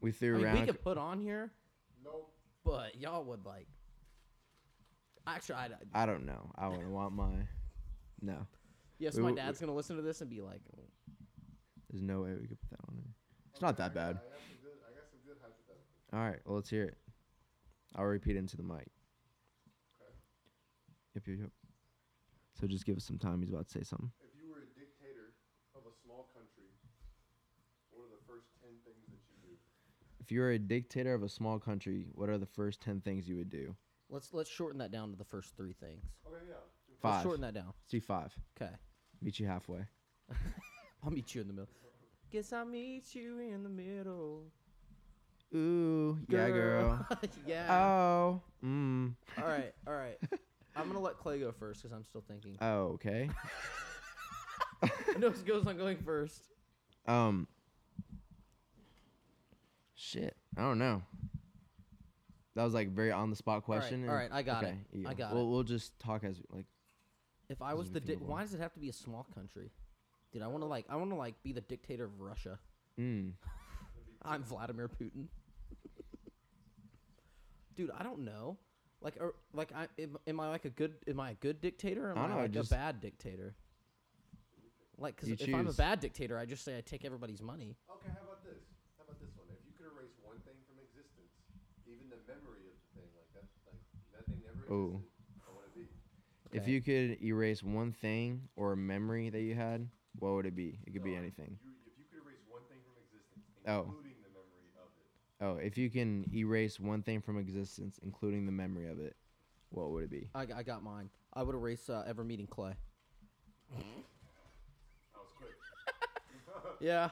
Speaker 2: We
Speaker 1: I
Speaker 2: threw
Speaker 1: mean,
Speaker 2: around.
Speaker 1: we
Speaker 2: a
Speaker 1: could put on here,
Speaker 3: Nope.
Speaker 1: but y'all would like. Actually, I
Speaker 2: I don't know. I wouldn't want my. No,
Speaker 1: yes,
Speaker 2: We
Speaker 1: my
Speaker 2: w-
Speaker 1: dad's gonna listen to this and be like,
Speaker 2: there's no way we could put that on there. It's not that bad.
Speaker 3: I got some good, I got some good hypotheticals.
Speaker 2: All right, well, let's hear it. I'll repeat it into the mic. Yep, yep, yep. So just give us some time. He's about to say something.
Speaker 3: If you were a dictator of a small country, what are the first 10 things that you do?
Speaker 2: If you were a dictator of a small country, what are the first 10 things you would do?
Speaker 1: let's let's shorten that down to the first three things.
Speaker 3: Okay, yeah.
Speaker 1: Let's
Speaker 2: Five.
Speaker 1: shorten that down.
Speaker 2: Let's do five.
Speaker 1: Okay.
Speaker 2: Meet you halfway.
Speaker 1: I'll meet you in the middle. Guess I'll meet you in the middle.
Speaker 2: Ooh, yeah, girl.
Speaker 1: yeah.
Speaker 2: Oh, mm.
Speaker 1: All right. All right. I'm gonna let Clay go first because I'm still thinking.
Speaker 2: Oh, okay.
Speaker 1: no, it goes on going first.
Speaker 2: Um. Shit, I don't know. That was like very on the spot
Speaker 1: right,
Speaker 2: question.
Speaker 1: all
Speaker 2: and-
Speaker 1: right, I got it.
Speaker 2: you
Speaker 1: I
Speaker 2: go.
Speaker 1: got
Speaker 2: we'll,
Speaker 1: it.
Speaker 2: We'll just talk as like
Speaker 1: If I
Speaker 2: Doesn't
Speaker 1: was the
Speaker 2: feel
Speaker 1: di-
Speaker 2: good.
Speaker 1: why does it have to be a small country? Dude, I want to like I want to like be the dictator of Russia.
Speaker 2: mm,
Speaker 1: I'm Vladimir Putin. Dude, I don't know. Like, or, like, I am, am I like a good? Am I a good dictator? Or am
Speaker 2: I
Speaker 1: I,
Speaker 2: don't know,
Speaker 1: like
Speaker 2: just-
Speaker 1: a bad dictator? Like, because
Speaker 2: You
Speaker 1: if I'm a
Speaker 2: choose.
Speaker 1: bad dictator, I just say I take everybody's money.
Speaker 3: Okay, how about this? How about this one? If you could erase one thing from existence, even the memory of the thing, like that, like that thing never
Speaker 2: Ooh.
Speaker 3: existed. I want to be.
Speaker 2: If
Speaker 1: Okay.
Speaker 2: you could erase one thing or a memory that you had, what would it be? It could be
Speaker 1: Oh.
Speaker 3: No,
Speaker 2: anything.
Speaker 3: You, if you could erase one thing from existence,
Speaker 2: Oh.
Speaker 3: including the memory of it,
Speaker 2: Oh, if you can erase one thing from existence, including the memory of it, what would it be?
Speaker 1: I, g- I got mine. I would erase uh, ever meeting Clay.
Speaker 3: I was quick.
Speaker 1: Yeah,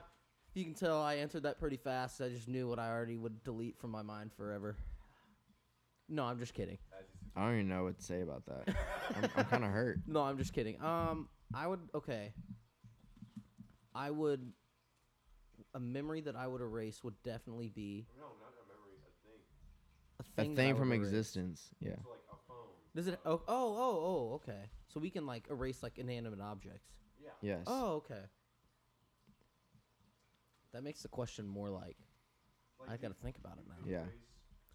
Speaker 1: you can tell I answered that pretty fast. I just knew what I already would delete from my mind forever. No, I'm just kidding.
Speaker 3: As you
Speaker 2: I don't even know what to say about that. I'm, I'm kind of hurt.
Speaker 1: No, I'm just kidding. Um, I would okay. I would. A memory that I would erase would definitely be
Speaker 3: see. No, not a memory, a thing.
Speaker 1: a
Speaker 2: A
Speaker 1: thing, that I
Speaker 2: thing
Speaker 1: would
Speaker 2: from
Speaker 1: erase.
Speaker 2: existence. Yeah.
Speaker 3: So like a phone.
Speaker 1: Does it? Oh, oh, oh, oh, okay. So we can like erase like inanimate objects.
Speaker 3: Yeah.
Speaker 2: Yes.
Speaker 1: Oh, okay. That makes the question more like
Speaker 3: Like
Speaker 1: I
Speaker 3: you-
Speaker 1: gotta think about it now.
Speaker 3: you could
Speaker 2: Yeah.
Speaker 3: erase-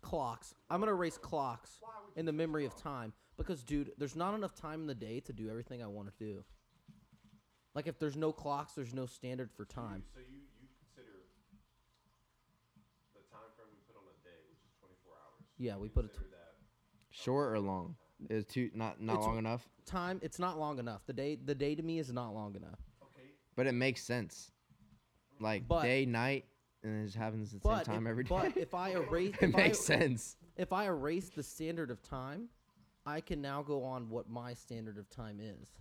Speaker 1: Clocks. I'm gonna erase clocks
Speaker 3: Why would
Speaker 1: in the
Speaker 3: you do
Speaker 1: memory of
Speaker 3: clocks?
Speaker 1: time because, dude, there's not enough time in the day to do everything I want to do. Like if there's no clocks, there's no standard for
Speaker 3: So you-
Speaker 1: time.
Speaker 3: So you, you consider the time frame we put on a day, which is 24 hours.
Speaker 1: Yeah, we
Speaker 3: You
Speaker 1: put it
Speaker 3: consider that.
Speaker 2: Short or long? Is too not not
Speaker 1: It's-
Speaker 2: long enough,
Speaker 1: Time. It's not long enough. The day. The day to me is not long enough.
Speaker 3: Okay.
Speaker 2: but it makes sense. Like
Speaker 1: But-
Speaker 2: day, night, and it just happens at the same
Speaker 1: But
Speaker 2: time
Speaker 1: if,
Speaker 2: every day.
Speaker 1: but if I erase,
Speaker 2: it
Speaker 1: if I-
Speaker 2: makes sense.
Speaker 1: if I erase the standard of time, I can now go on what my standard of time is.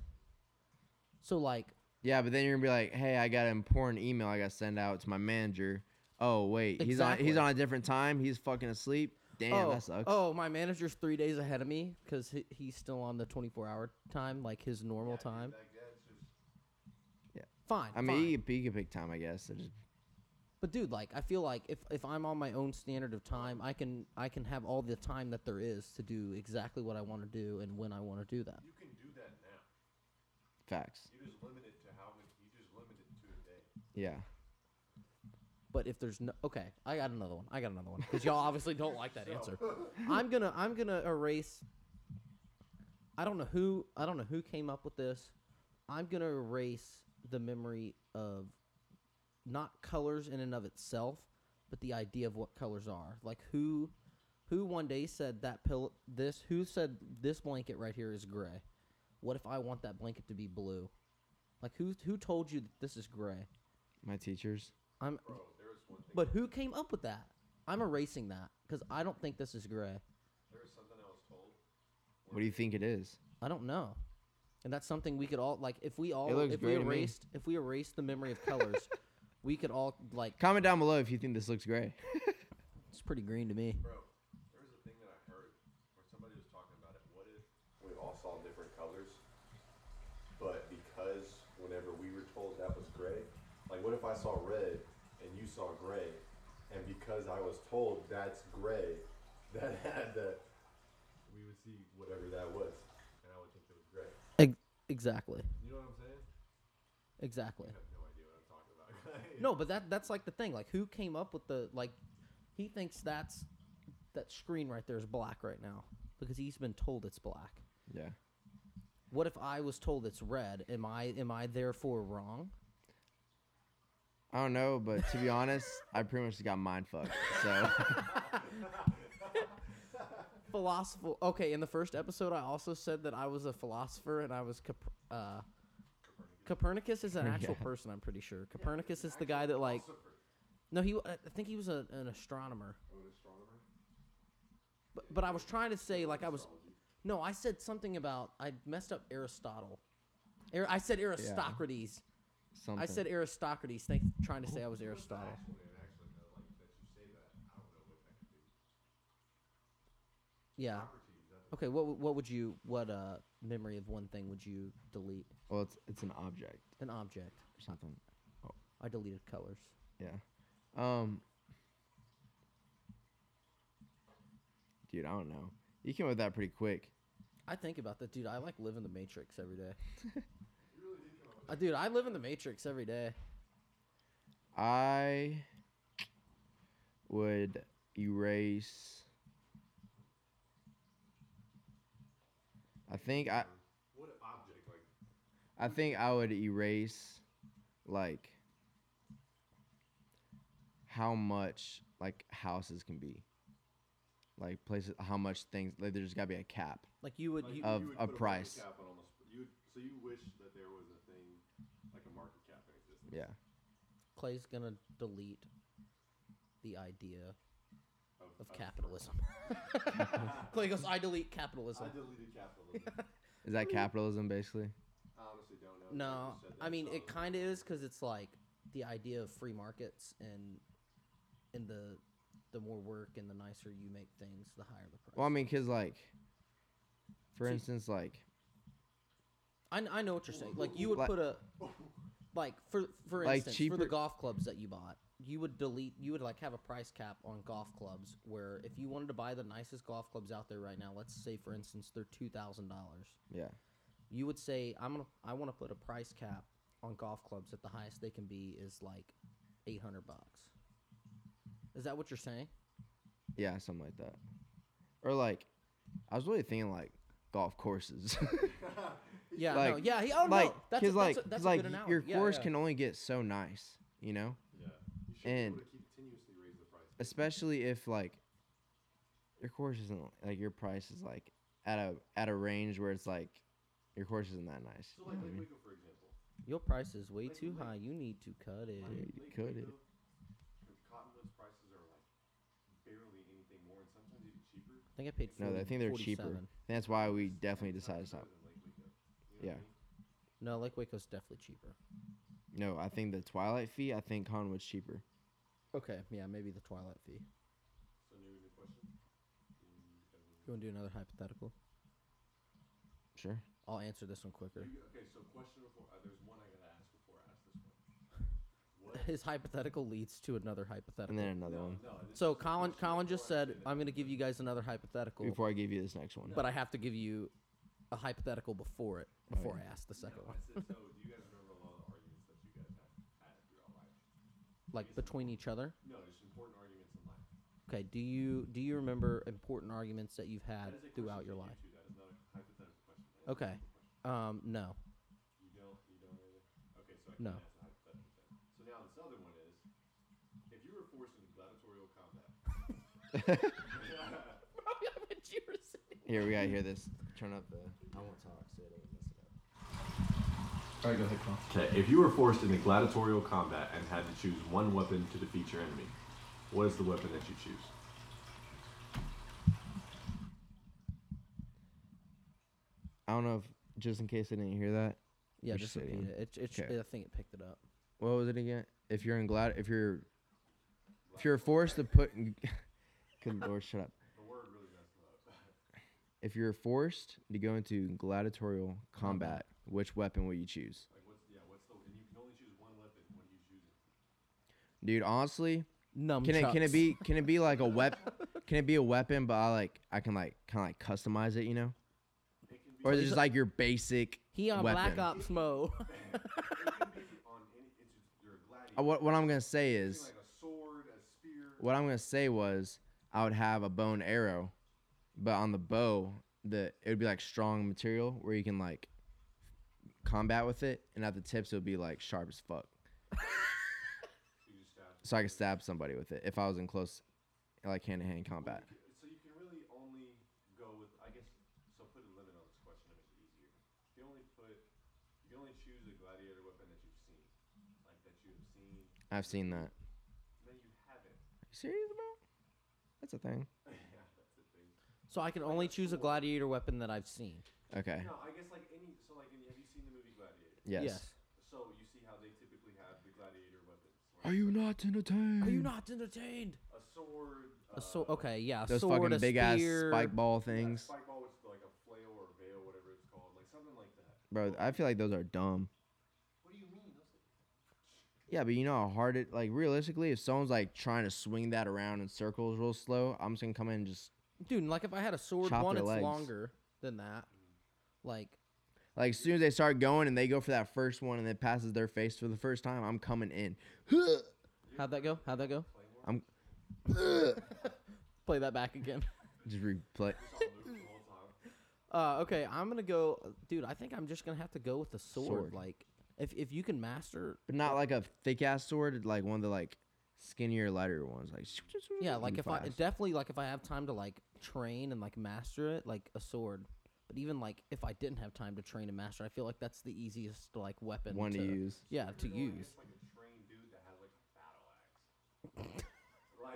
Speaker 1: So like,
Speaker 2: Yeah, but then you're gonna be like, "Hey, I got an important email I gotta send out to my manager." Oh wait, he's on he's
Speaker 1: Exactly.
Speaker 2: on a different time. He's fucking asleep. Damn,
Speaker 1: oh,
Speaker 2: that sucks.
Speaker 1: oh, my manager's three days ahead of me because he, he's still on the twenty-four hour time, like his normal
Speaker 3: Yeah, I mean,
Speaker 1: time.
Speaker 3: Like that's just
Speaker 1: Fine.
Speaker 2: I mean, you could, you could pick time, I guess. I just-
Speaker 1: but dude, like, I feel like if if I'm on my own standard of time, I can I can have all the time that there is to do exactly what I want to do and when I want to do that.
Speaker 3: you can do that now.
Speaker 2: facts.
Speaker 3: You just limit it to how many. You just limit it to a day.
Speaker 2: Yeah.
Speaker 1: But if there's no okay, I got another one. I got another one because y'all obviously don't like that answer. I'm gonna I'm gonna erase. I don't know who I don't know who came up with this. I'm gonna erase the memory of not colors in and of itself, but the idea of what colors are. Like who who one day said that pill this who said this blanket right here is gray? What if I want that blanket to be blue? Like who who told you that this is gray?
Speaker 2: My teachers.
Speaker 1: I'm
Speaker 3: Bro, there was one thing.
Speaker 1: but who came up with that? I'm erasing that cuz I don't think this is gray.
Speaker 3: There was something I was told.
Speaker 2: What do you think it is?
Speaker 1: I don't know. And that's something we could all like if we all
Speaker 2: looks
Speaker 1: if we
Speaker 2: gray to me.
Speaker 1: erased if we erased the memory of colors, we could all like
Speaker 2: Comment down below if you think this looks gray.
Speaker 1: it's pretty green to me.
Speaker 3: Bro, there was a thing that I heard where somebody was talking about it. What if we all saw different colors, but because whenever we were told that was gray, like what if I saw red and you saw gray, and because I was told that's gray, that had that we would see whatever that was, and I would think it was gray.
Speaker 1: Ex- exactly.
Speaker 3: You know what I'm saying?
Speaker 1: Exactly.
Speaker 3: I have no idea what I'm talking about.
Speaker 1: No, but that that's like the thing. Like who came up with the like he thinks that's that screen right there is black right now because he's been told it's black.
Speaker 2: Yeah.
Speaker 1: What if I was told it's red? Am I am I therefore wrong?
Speaker 2: I don't know, but to be honest, I pretty much just got mind fucked. So
Speaker 1: Philosophical. Okay, in the first episode I also said that I was a philosopher and I was Cap- uh Copernicus is an actual
Speaker 2: Yeah.
Speaker 1: person, I'm pretty sure. Copernicus is the guy that like No, he I think he was a, Oh, an astronomer. But, but I was trying to say like I was No, I said something about I messed up Aristotle. Ar- I said Aristocrates.
Speaker 2: something.
Speaker 1: I said Aristocrates, think, trying to say I was Aristotle. Yeah. Okay, what w- what would you what uh memory of one thing would you delete?
Speaker 2: Well, it's it's an object
Speaker 1: An object.
Speaker 2: or something.
Speaker 1: I deleted colors.
Speaker 2: Yeah. Um. Dude, I don't know. You came up with that pretty quick.
Speaker 1: I think about that, dude. I like live in the Matrix every day. Uh, dude, I live in the Matrix every day.
Speaker 2: I would erase. I think I.
Speaker 3: What an object, like
Speaker 2: I think I would erase like how much like houses can be. Like places how much things like there's gotta be a cap.
Speaker 1: Like you would, you,
Speaker 2: Uh, of-
Speaker 3: you would
Speaker 2: of
Speaker 3: put market
Speaker 2: price.
Speaker 3: cap on almost, you would, so you wish that there was a thing like a market cap in existence.
Speaker 2: Yeah.
Speaker 1: Clay's gonna delete the idea of capitalism. Clay goes, I delete capitalism.
Speaker 3: I deleted capitalism.
Speaker 2: Is that capitalism basically?
Speaker 3: I honestly don't know.
Speaker 1: No, I mean
Speaker 3: uh,
Speaker 1: it kind of is because it's like the idea of free markets and and the the more work and the nicer you make things, the higher the price.
Speaker 2: Well, I mean, cause like, for
Speaker 1: See-
Speaker 2: instance, like
Speaker 1: I, kn- I know what you're saying. Like you would
Speaker 2: Like-
Speaker 1: put a like for for
Speaker 2: Like
Speaker 1: instance for
Speaker 2: cheaper-
Speaker 1: the golf clubs that you bought, you would delete you would like have a price cap on golf clubs where if you wanted to buy the nicest golf clubs out there right now, let's say for instance they're two thousand dollars,
Speaker 2: yeah,
Speaker 1: you would say I'm gonna I want to put a price cap on golf clubs that the highest they can be is like eight hundred bucks. Is that what you're saying?
Speaker 2: yeah, something like that. Or like, I was really thinking like golf courses.
Speaker 1: Yeah, no,
Speaker 2: Like-
Speaker 1: yeah. He, oh
Speaker 2: like,
Speaker 1: no, that's a, that's
Speaker 2: cause like,
Speaker 1: a, that's
Speaker 2: 'cause,
Speaker 1: a
Speaker 2: like
Speaker 1: good analogy.
Speaker 2: your
Speaker 1: Yeah,
Speaker 2: course
Speaker 1: yeah.
Speaker 2: can only get so nice, you know.
Speaker 3: Yeah. You should
Speaker 2: And-
Speaker 3: be able to keep continuously raise the price.
Speaker 2: especially if like your course isn't like your price is like at a at a range where it's like your course isn't that nice.
Speaker 3: So
Speaker 2: you know
Speaker 3: like
Speaker 2: what I
Speaker 3: Lake
Speaker 2: mean?
Speaker 3: Waco, for example.
Speaker 1: Your price is way
Speaker 3: Like,
Speaker 1: too
Speaker 3: like-
Speaker 1: high. You need to cut it.
Speaker 2: Yeah,
Speaker 3: Like,
Speaker 2: you
Speaker 3: Lake
Speaker 2: could it.
Speaker 3: Waco, the Cottonwoods prices are like barely anything more, and sometimes even cheaper.
Speaker 1: I think I paid. 40,
Speaker 2: No, I think they're cheaper.
Speaker 1: 47.
Speaker 2: And that's why we definitely decided to stop.
Speaker 3: Than Lake Waco. You
Speaker 2: Yeah.
Speaker 3: know what I mean?
Speaker 1: No, Lake Waco's definitely cheaper.
Speaker 2: No, I think the Twilight fee. I think Conwood's cheaper.
Speaker 1: Okay, yeah, maybe the Twilight fee.
Speaker 3: So new new question. Mm,
Speaker 1: You want to do another hypothetical?
Speaker 2: Sure.
Speaker 1: I'll answer this one quicker.
Speaker 3: you- Okay, so question before uh, there's one I gotta ask before I ask this one. What?
Speaker 1: His hypothetical leads to another hypothetical.
Speaker 2: And then another
Speaker 3: no,
Speaker 2: one
Speaker 3: No, this
Speaker 1: so
Speaker 3: is a
Speaker 1: Colin,
Speaker 3: question
Speaker 1: Colin
Speaker 3: before
Speaker 1: just
Speaker 3: I
Speaker 1: said,
Speaker 3: say that.
Speaker 1: "I'm going to give you guys another hypothetical,
Speaker 2: before I give you this next one.
Speaker 1: but I have to give you a hypothetical before it,
Speaker 3: Oh,
Speaker 1: before I ask the second
Speaker 3: No,
Speaker 1: one,
Speaker 3: I said, so do you guys remember a lot of the arguments that you guys have had throughout life?
Speaker 1: like between each other."
Speaker 3: No, just important arguments in life.
Speaker 1: Okay, do you do you remember important arguments that you've
Speaker 3: That
Speaker 1: had
Speaker 3: is a
Speaker 1: throughout your
Speaker 3: question to you
Speaker 1: life? Oh.
Speaker 3: two, That is not a hypothetical question. That is a
Speaker 1: Okay.
Speaker 3: real question.
Speaker 1: Um, no.
Speaker 3: You don't. You don't. Really? Okay, so I right?
Speaker 1: No.
Speaker 3: And that's not acceptable thing. So now this other one is, if you were forced into gladiatorial combat,
Speaker 2: Here we gotta hear this. Turn up the. I won't talk. So All right, go ahead, Paul.
Speaker 3: Okay, if you were forced into gladiatorial combat and had to choose one weapon to defeat your enemy, what is the weapon that you choose?
Speaker 2: I don't know if just in case I didn't hear that.
Speaker 1: Yeah,
Speaker 2: Which
Speaker 1: just
Speaker 2: city?
Speaker 1: repeat it. It, it,
Speaker 2: Okay.
Speaker 1: I think it picked it up.
Speaker 2: What was it again? If you're in glad, if you're, if you're forced to put, good lord, shut up.
Speaker 3: The word really messed it up.
Speaker 2: If you're forced to go into gladiatorial combat, which weapon will you choose?
Speaker 3: Like, what's yeah, what's the? And you can only choose one weapon. What are you choosing?
Speaker 2: Dude, honestly,
Speaker 1: Numb.
Speaker 2: can it can it be can it be like a weapon? Can it be a weapon? But I like I can like kind of like customize it, you know?
Speaker 3: It can be.
Speaker 2: Or is it just like your basic
Speaker 1: He on
Speaker 2: weapon?
Speaker 1: Black Ops mode.
Speaker 3: it can be on any. It's just, you're a gladiator.
Speaker 2: Uh, What what I'm gonna say
Speaker 3: It's
Speaker 2: is
Speaker 3: like a sword, a spear.
Speaker 2: what I'm gonna say was I would have a bow and arrow, but on the bow, the it would be like strong material where you can like combat with it, and at the tips it would be like sharp as fuck,
Speaker 3: You just stab.
Speaker 2: so I could stab somebody with it if I was in close, like hand to hand combat.
Speaker 3: Well, you c- So you can really only go with, I guess, so put a limit on this question to make it easier. You can only put, you can only choose a gladiator weapon that you've seen, like that you have seen.
Speaker 2: I've seen that. Are
Speaker 3: No, you haven't.
Speaker 2: you serious, bro? That's a thing.
Speaker 3: yeah, that's the thing.
Speaker 1: so I can only choose a gladiator weapon that I've seen.
Speaker 2: Okay.
Speaker 3: No, I guess like any, so like, in, have you seen the movie Gladiator?
Speaker 2: Yes.
Speaker 3: So you see how they typically have the gladiator weapons,
Speaker 2: Are
Speaker 3: like
Speaker 2: you not entertained?
Speaker 1: Are you not entertained?
Speaker 3: a sword,
Speaker 1: A so
Speaker 3: uh,
Speaker 1: okay, yeah. a
Speaker 2: Those
Speaker 1: sword,
Speaker 2: fucking
Speaker 1: a
Speaker 2: big ass
Speaker 1: spear.
Speaker 2: spike ball
Speaker 3: yeah,
Speaker 2: things,
Speaker 3: spike ball, which is like a flail or veil, whatever it's called, like something like that.
Speaker 2: bro. I feel like those are dumb.
Speaker 3: What do you mean? Those are-
Speaker 2: Yeah, but you know how hard it like realistically, if someone's like trying to swing that around in circles real slow, I'm just gonna come in and just
Speaker 1: Dude, and, like if I had a sword,
Speaker 2: Chop
Speaker 1: one
Speaker 2: their
Speaker 1: it's
Speaker 2: legs.
Speaker 1: longer than that. Like
Speaker 2: like as soon as they start going and they go for that first one and it passes their face for the first time, I'm coming in.
Speaker 1: how'd that go? How'd that go? Play that back again.
Speaker 2: Just replay.
Speaker 1: Uh, okay, I'm gonna go, dude. I think I'm just gonna have to go with the sword.
Speaker 2: Sword.
Speaker 1: Like, if if you can master,
Speaker 2: But not like a thick ass sword, like one of the like skinnier, lighter ones. Like
Speaker 1: yeah. Like if I
Speaker 2: fast.
Speaker 1: definitely like if I have time to like train and like master it, like a sword. But even like if I didn't have time to train and master, I feel like that's the easiest like weapon
Speaker 2: one to use.
Speaker 1: Yeah, to use.
Speaker 3: It's like a trained dude that has like a battle axe.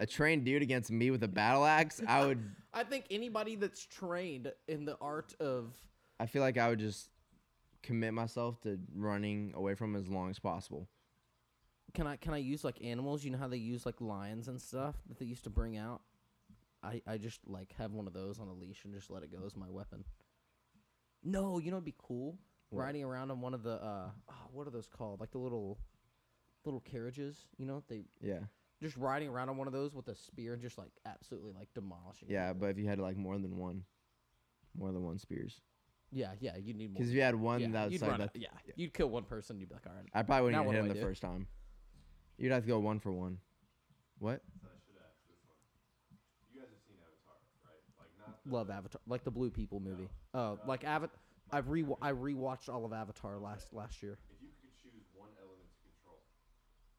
Speaker 2: A trained dude against me with a battle axe, I would
Speaker 1: I think anybody that's trained in the art of
Speaker 2: I feel like I would just commit myself to running away from him as long as possible.
Speaker 1: can I can I use like animals? You know how they use like lions and stuff that they used to bring out. I I just like have one of those on a leash and just let it go as my weapon. No, you know it'd be cool
Speaker 2: What?
Speaker 1: riding around on one of the uh ah, what are those called? Like the little little carriages. You know they
Speaker 2: Yeah.
Speaker 1: just riding around on one of those with a spear and just like absolutely like demolishing.
Speaker 2: Yeah,
Speaker 1: people.
Speaker 2: but if you had like more than one, more than one spears,
Speaker 1: yeah, yeah. You need more.
Speaker 2: because if you had one,
Speaker 1: yeah,
Speaker 2: that was
Speaker 1: you'd
Speaker 2: like
Speaker 1: run
Speaker 2: that.
Speaker 1: it, yeah, you'd kill one person. You'd be like, all right,
Speaker 2: I probably
Speaker 1: Now
Speaker 2: wouldn't
Speaker 1: what
Speaker 2: even hit
Speaker 1: do I
Speaker 2: him the
Speaker 1: do?
Speaker 2: first time. You'd have to go one for one. What?
Speaker 3: You guys have seen Avatar, right? Like not the,
Speaker 1: love Avatar, like the Blue People movie. Uh, like Avatar. I've re I rewatched all of Avatar last last year.
Speaker 3: if you could choose one element to control,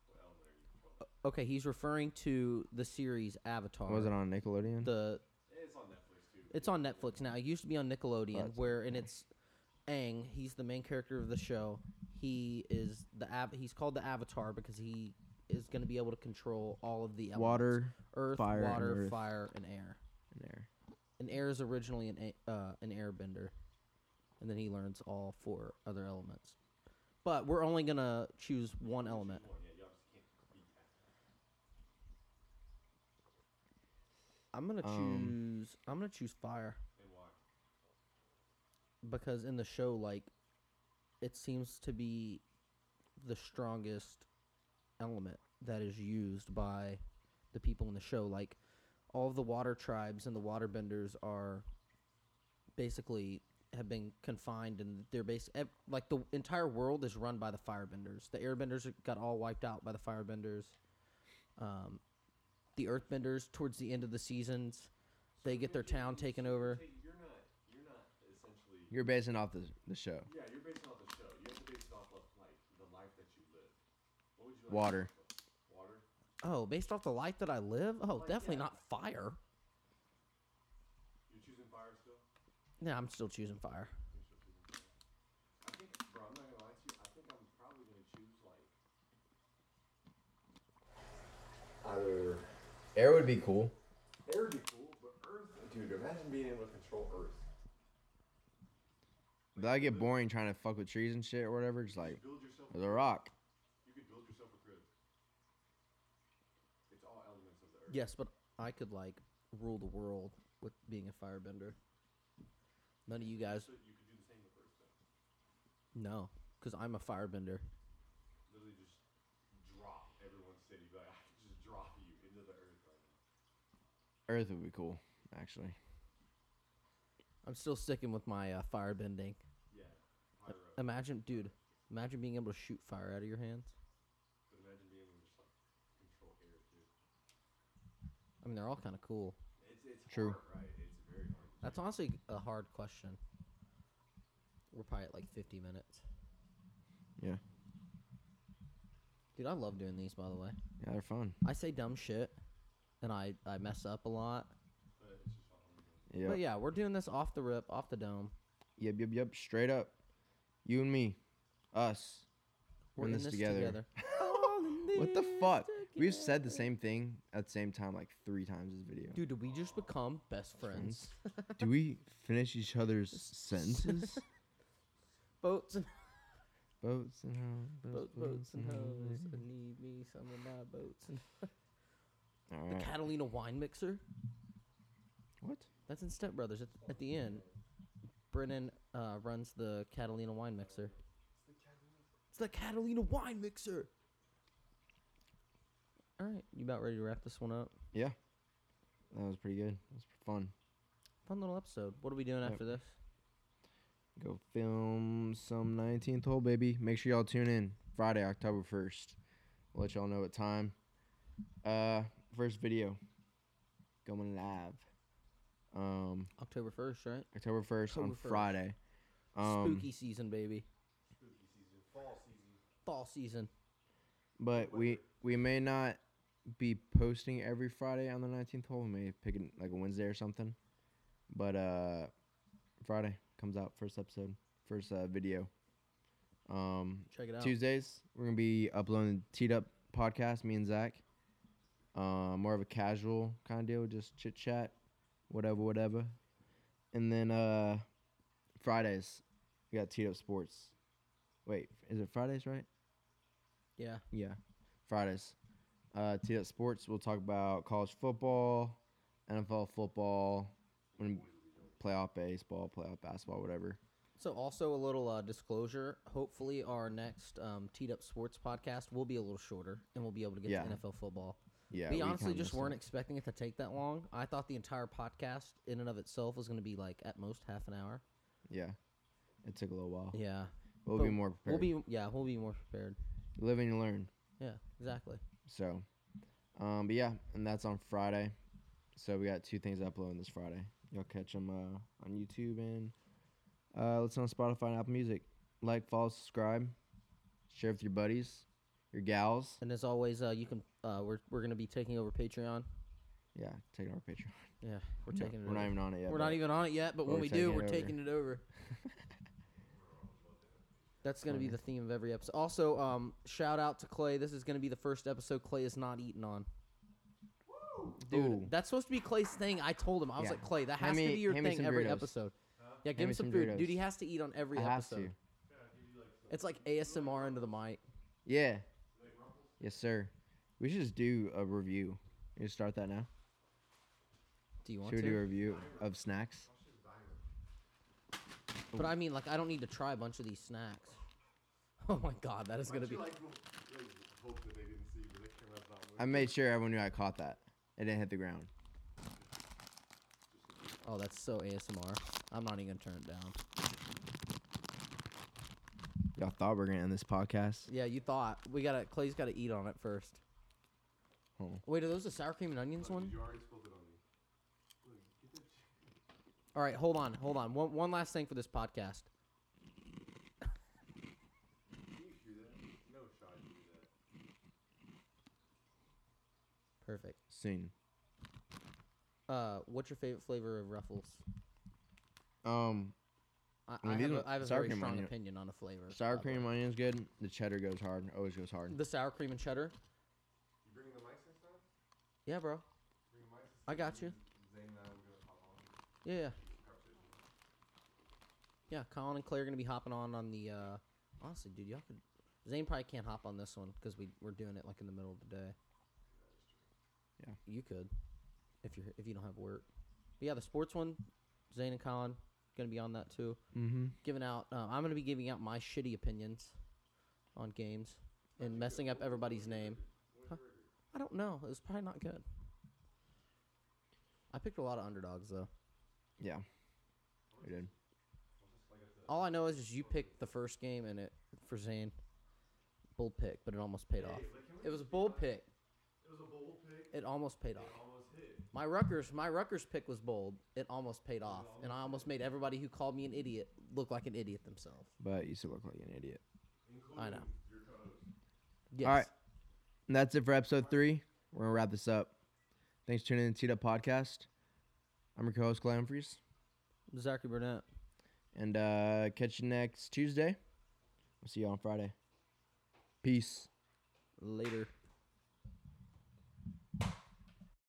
Speaker 3: what element are you controlling?
Speaker 1: Uh, Okay, he's referring to the series Avatar.
Speaker 2: Was it on Nickelodeon?
Speaker 1: The
Speaker 3: It's on Netflix too.
Speaker 1: it's on Netflix now. It used to be on Nickelodeon,
Speaker 2: that's
Speaker 1: where and it's Aang. He's the main character of the show. He is the av- he's called the Avatar because he is going to be able to control all of the elements.
Speaker 2: Water
Speaker 1: earth,
Speaker 2: fire, and
Speaker 1: water,
Speaker 2: earth.
Speaker 1: fire, and air.
Speaker 2: in there.
Speaker 1: And air is originally an a- uh, an airbender, and then he learns all four other elements. But we're only gonna choose one element. I'm gonna
Speaker 2: Um,
Speaker 1: choose. I'm gonna choose fire
Speaker 3: And why?
Speaker 1: because in the show, like, it seems to be the strongest element that is used by the people in the show. Like, all of the water tribes and the waterbenders are basically have been confined and they're bas- ev like the entire world is run by the firebenders the airbenders got all wiped out by the firebenders um, the earthbenders towards the end of the seasons they get their town taken over
Speaker 3: Hey, you're not. You're not essentially.
Speaker 2: You're basing off the the show.
Speaker 3: Yeah, you're based off the show. You have to base it off of like the life that you live.
Speaker 5: What would you like?
Speaker 2: Water.
Speaker 5: Water?
Speaker 1: Oh, based off the life that I live? Oh,
Speaker 5: Like,
Speaker 1: definitely
Speaker 5: yeah.
Speaker 1: not fire.
Speaker 5: You're choosing fire still?
Speaker 1: Yeah, I'm still choosing fire.
Speaker 5: You're still choosing fire. I think, bro, I'm not gonna lie to you. I think I'm probably gonna choose like either
Speaker 2: Air would be cool.
Speaker 5: air would be cool, but earth, dude. Imagine being able to control earth.
Speaker 2: But I get boring trying to fuck with trees and shit or whatever. Just like
Speaker 5: Build yourself.
Speaker 2: there's a rock.
Speaker 5: You could build yourself a crib. It's all elements of the earth.
Speaker 1: Yes, but I could like rule the world with being a firebender. None of you guys
Speaker 5: So you could do the same with earth, though.
Speaker 1: know, because I'm a firebender.
Speaker 5: Literally just drop everyone's city. Like I could just drop you into the earth right now.
Speaker 2: Earth would be cool, actually.
Speaker 1: I'm still sticking with my uh, firebending.
Speaker 5: Yeah. Higher up.
Speaker 1: Imagine, dude, imagine being able to shoot fire out of your hands.
Speaker 5: But imagine being able to just like control air too.
Speaker 1: I mean, they're all kind of cool.
Speaker 5: It's it's
Speaker 2: True.
Speaker 5: hard, right? It's very hard. to
Speaker 1: That's
Speaker 5: do.
Speaker 1: honestly a hard question. We're probably at like 50 minutes.
Speaker 2: Yeah.
Speaker 1: Dude, I love doing these, by the way.
Speaker 2: Yeah, they're fun.
Speaker 1: I say dumb shit and I, I mess up a lot.
Speaker 5: But it's just all in the-
Speaker 2: Yep.
Speaker 1: But yeah, we're doing this off the rip, off the dome.
Speaker 2: Yep, yep, yep. Straight up. You and me. Us.
Speaker 1: We're
Speaker 2: We're in this together. What the fuck? We've said the same thing at the same time like three times this video.
Speaker 1: Dude, did we just become best friends?
Speaker 2: Do we finish each other's sentences?
Speaker 1: boats and
Speaker 2: boats and hoes.
Speaker 1: boats, boats
Speaker 2: mm-hmm,
Speaker 1: and hoes. I need me some of my boats. And the
Speaker 2: Alright.
Speaker 1: Catalina wine mixer.
Speaker 2: What?
Speaker 1: That's in Step Brothers. At, at the end, Brennan uh, runs the Catalina wine mixer. It's the Catalina wine mixer. All right, you about ready to wrap this one up?
Speaker 2: That was pretty good. That was fun.
Speaker 1: Fun little episode. What are we doing
Speaker 2: Yep.
Speaker 1: after this?
Speaker 2: Go film some 19th hole, baby. Make sure y'all tune in Friday, October 1st. We'll let y'all know what time. Uh, first video going live. Um,
Speaker 1: October first, right?
Speaker 2: October 1st on
Speaker 1: October 1st.
Speaker 2: Friday. Um,
Speaker 1: Spooky season, baby.
Speaker 5: Spooky season, fall season.
Speaker 1: Fall season.
Speaker 2: But we we may not be posting every Friday on the 19th hole. We may pick it like a Wednesday or something. But uh, Friday comes out first episode, first uh, video. Um,
Speaker 1: Check it out.
Speaker 2: Tuesdays, we're gonna be uploading Teed Up podcast. Me and Zach, uh, more of a casual kind of deal, just chit chat, whatever, whatever. And then uh, Fridays, we got Teed Up Sports. Wait, is it Fridays, right?
Speaker 1: Yeah.
Speaker 2: Yeah, Fridays. Uh, Teed Up Sports. We'll talk about college football, NFL football, when playoff baseball, playoff basketball, whatever.
Speaker 1: So, also a little uh, disclosure. Hopefully, our next um, teed up sports podcast will be a little shorter, and we'll be able to get
Speaker 2: Yeah.
Speaker 1: to NFL football.
Speaker 2: Yeah,
Speaker 1: we,
Speaker 2: kinda
Speaker 1: honestly just
Speaker 2: missed it.
Speaker 1: weren't expecting it to take that long. I thought the entire podcast, in and of itself, was going to be like at most half an hour.
Speaker 2: Yeah, it took a little while.
Speaker 1: Yeah,
Speaker 2: We'll
Speaker 1: But
Speaker 2: be more prepared.
Speaker 1: we'll be yeah, we'll be more prepared.
Speaker 2: live and you learn.
Speaker 1: Yeah, exactly.
Speaker 2: So, um, but yeah, and that's on Friday. So we got two things uploading this Friday. Y'all catch them uh, on YouTube and uh, listen on Spotify and Apple Music. Like, follow, subscribe, share with your buddies, your gals.
Speaker 1: And as always, uh, you can uh, we're we're going to be taking over Patreon.
Speaker 2: Yeah, taking our Patreon.
Speaker 1: Yeah, we're
Speaker 2: No,
Speaker 1: taking it.
Speaker 2: we're
Speaker 1: over.
Speaker 2: not even on it yet.
Speaker 1: we're not
Speaker 2: but
Speaker 1: even on it yet, but
Speaker 2: but
Speaker 1: when
Speaker 2: we're
Speaker 1: we do,
Speaker 2: taking it
Speaker 1: we're
Speaker 2: over.
Speaker 1: taking it over. That's going to be the
Speaker 2: Funny.
Speaker 1: theme of every episode. Also, um, shout out to Clay. This is going to be the first episode Clay is not eating on. Dude,
Speaker 2: Ooh.
Speaker 1: that's supposed to be Clay's thing. I told him. I was
Speaker 2: Yeah.
Speaker 1: like, Clay, that
Speaker 2: Hand
Speaker 1: has to
Speaker 2: me-
Speaker 1: be your
Speaker 2: hand me
Speaker 1: thing
Speaker 2: some
Speaker 1: every
Speaker 2: Doritos.
Speaker 1: episode. Yeah, give
Speaker 2: Hand
Speaker 1: him
Speaker 2: me
Speaker 1: some
Speaker 2: some
Speaker 1: food.
Speaker 2: Doritos.
Speaker 1: Dude, he has to eat on every
Speaker 2: I have
Speaker 1: episode.
Speaker 2: to.
Speaker 1: It's like ASMR into the mic.
Speaker 2: Yeah. Yes, sir. We should just do a review. You start that now.
Speaker 1: Do you want
Speaker 2: Should
Speaker 1: to?
Speaker 2: we do a review of snacks?
Speaker 1: But I mean, like, I don't need to try a bunch of these snacks. Oh my god, that is
Speaker 5: Why
Speaker 1: gonna
Speaker 5: don't
Speaker 1: be.
Speaker 5: you, like, like, hope that they didn't see, but the camera's not moving.
Speaker 2: I made sure everyone knew I caught that. It didn't hit the ground.
Speaker 1: Oh, that's so ASMR. I'm not even gonna turn it down.
Speaker 2: Y'all thought we were gonna end this podcast.
Speaker 1: Yeah, you thought we gotta. Clay's gotta eat on it first.
Speaker 2: Oh.
Speaker 1: Wait, are those the sour cream and onions
Speaker 5: Look,
Speaker 1: one?
Speaker 5: You already spilled it on me. Look, get that shit.
Speaker 1: All right, hold on, hold on. One, one last thing for this podcast.
Speaker 5: Can you hear that? No shot you hear that.
Speaker 1: Perfect.
Speaker 2: soon.
Speaker 1: Uh, what's your favorite flavor of Ruffles?
Speaker 2: Um,
Speaker 1: I,
Speaker 2: mean,
Speaker 1: I
Speaker 2: these
Speaker 1: have, a,
Speaker 2: are-
Speaker 1: I have a
Speaker 2: sour
Speaker 1: very
Speaker 2: cream
Speaker 1: strong
Speaker 2: onion-
Speaker 1: opinion on a flavor.
Speaker 2: sour
Speaker 1: by the way.
Speaker 2: cream onion's good. The cheddar goes hard. Always goes hard.
Speaker 1: The sour cream and cheddar.
Speaker 5: You bringing the mics next time?
Speaker 1: Yeah, bro.
Speaker 5: Bring the mics.
Speaker 1: I got you.
Speaker 5: Zane and I will go hop on.
Speaker 1: Yeah, yeah. Yeah, Colin and Claire are gonna be hopping on on the. Uh, honestly, dude, y'all could. Zane probably can't hop on this one because we we're doing it like in the middle of the day.
Speaker 2: Yeah.
Speaker 1: you could, if you're if you don't have work. But yeah, the sports one, Zane and Colin gonna be on that too.
Speaker 2: Mm-hmm.
Speaker 1: Giving out, uh, I'm gonna be giving out my shitty opinions on games and messing up everybody's name. Huh? I don't know. It was probably not good. I picked a lot of underdogs though.
Speaker 2: Yeah. We did.
Speaker 1: All I know is, is you picked the first game and it for Zane, bull pick, but it almost paid off. It was a bull pick.
Speaker 5: It was a bold pick.
Speaker 1: It almost paid off.
Speaker 5: It almost hit.
Speaker 1: My Rutgers, my Rutgers pick was bold. It almost paid off, and I almost made everybody who called me an idiot look like an idiot themselves.
Speaker 2: But you still look like an idiot.
Speaker 1: I know. Yes.
Speaker 2: All right. And that's it for episode three. We're going to wrap this up. Thanks for tuning in to T-Dub Podcast. I'm your co-host, Clay Humphries.
Speaker 1: Zachary Burnett.
Speaker 2: And uh, catch you next Tuesday. We'll see you on Friday. Peace.
Speaker 1: Later.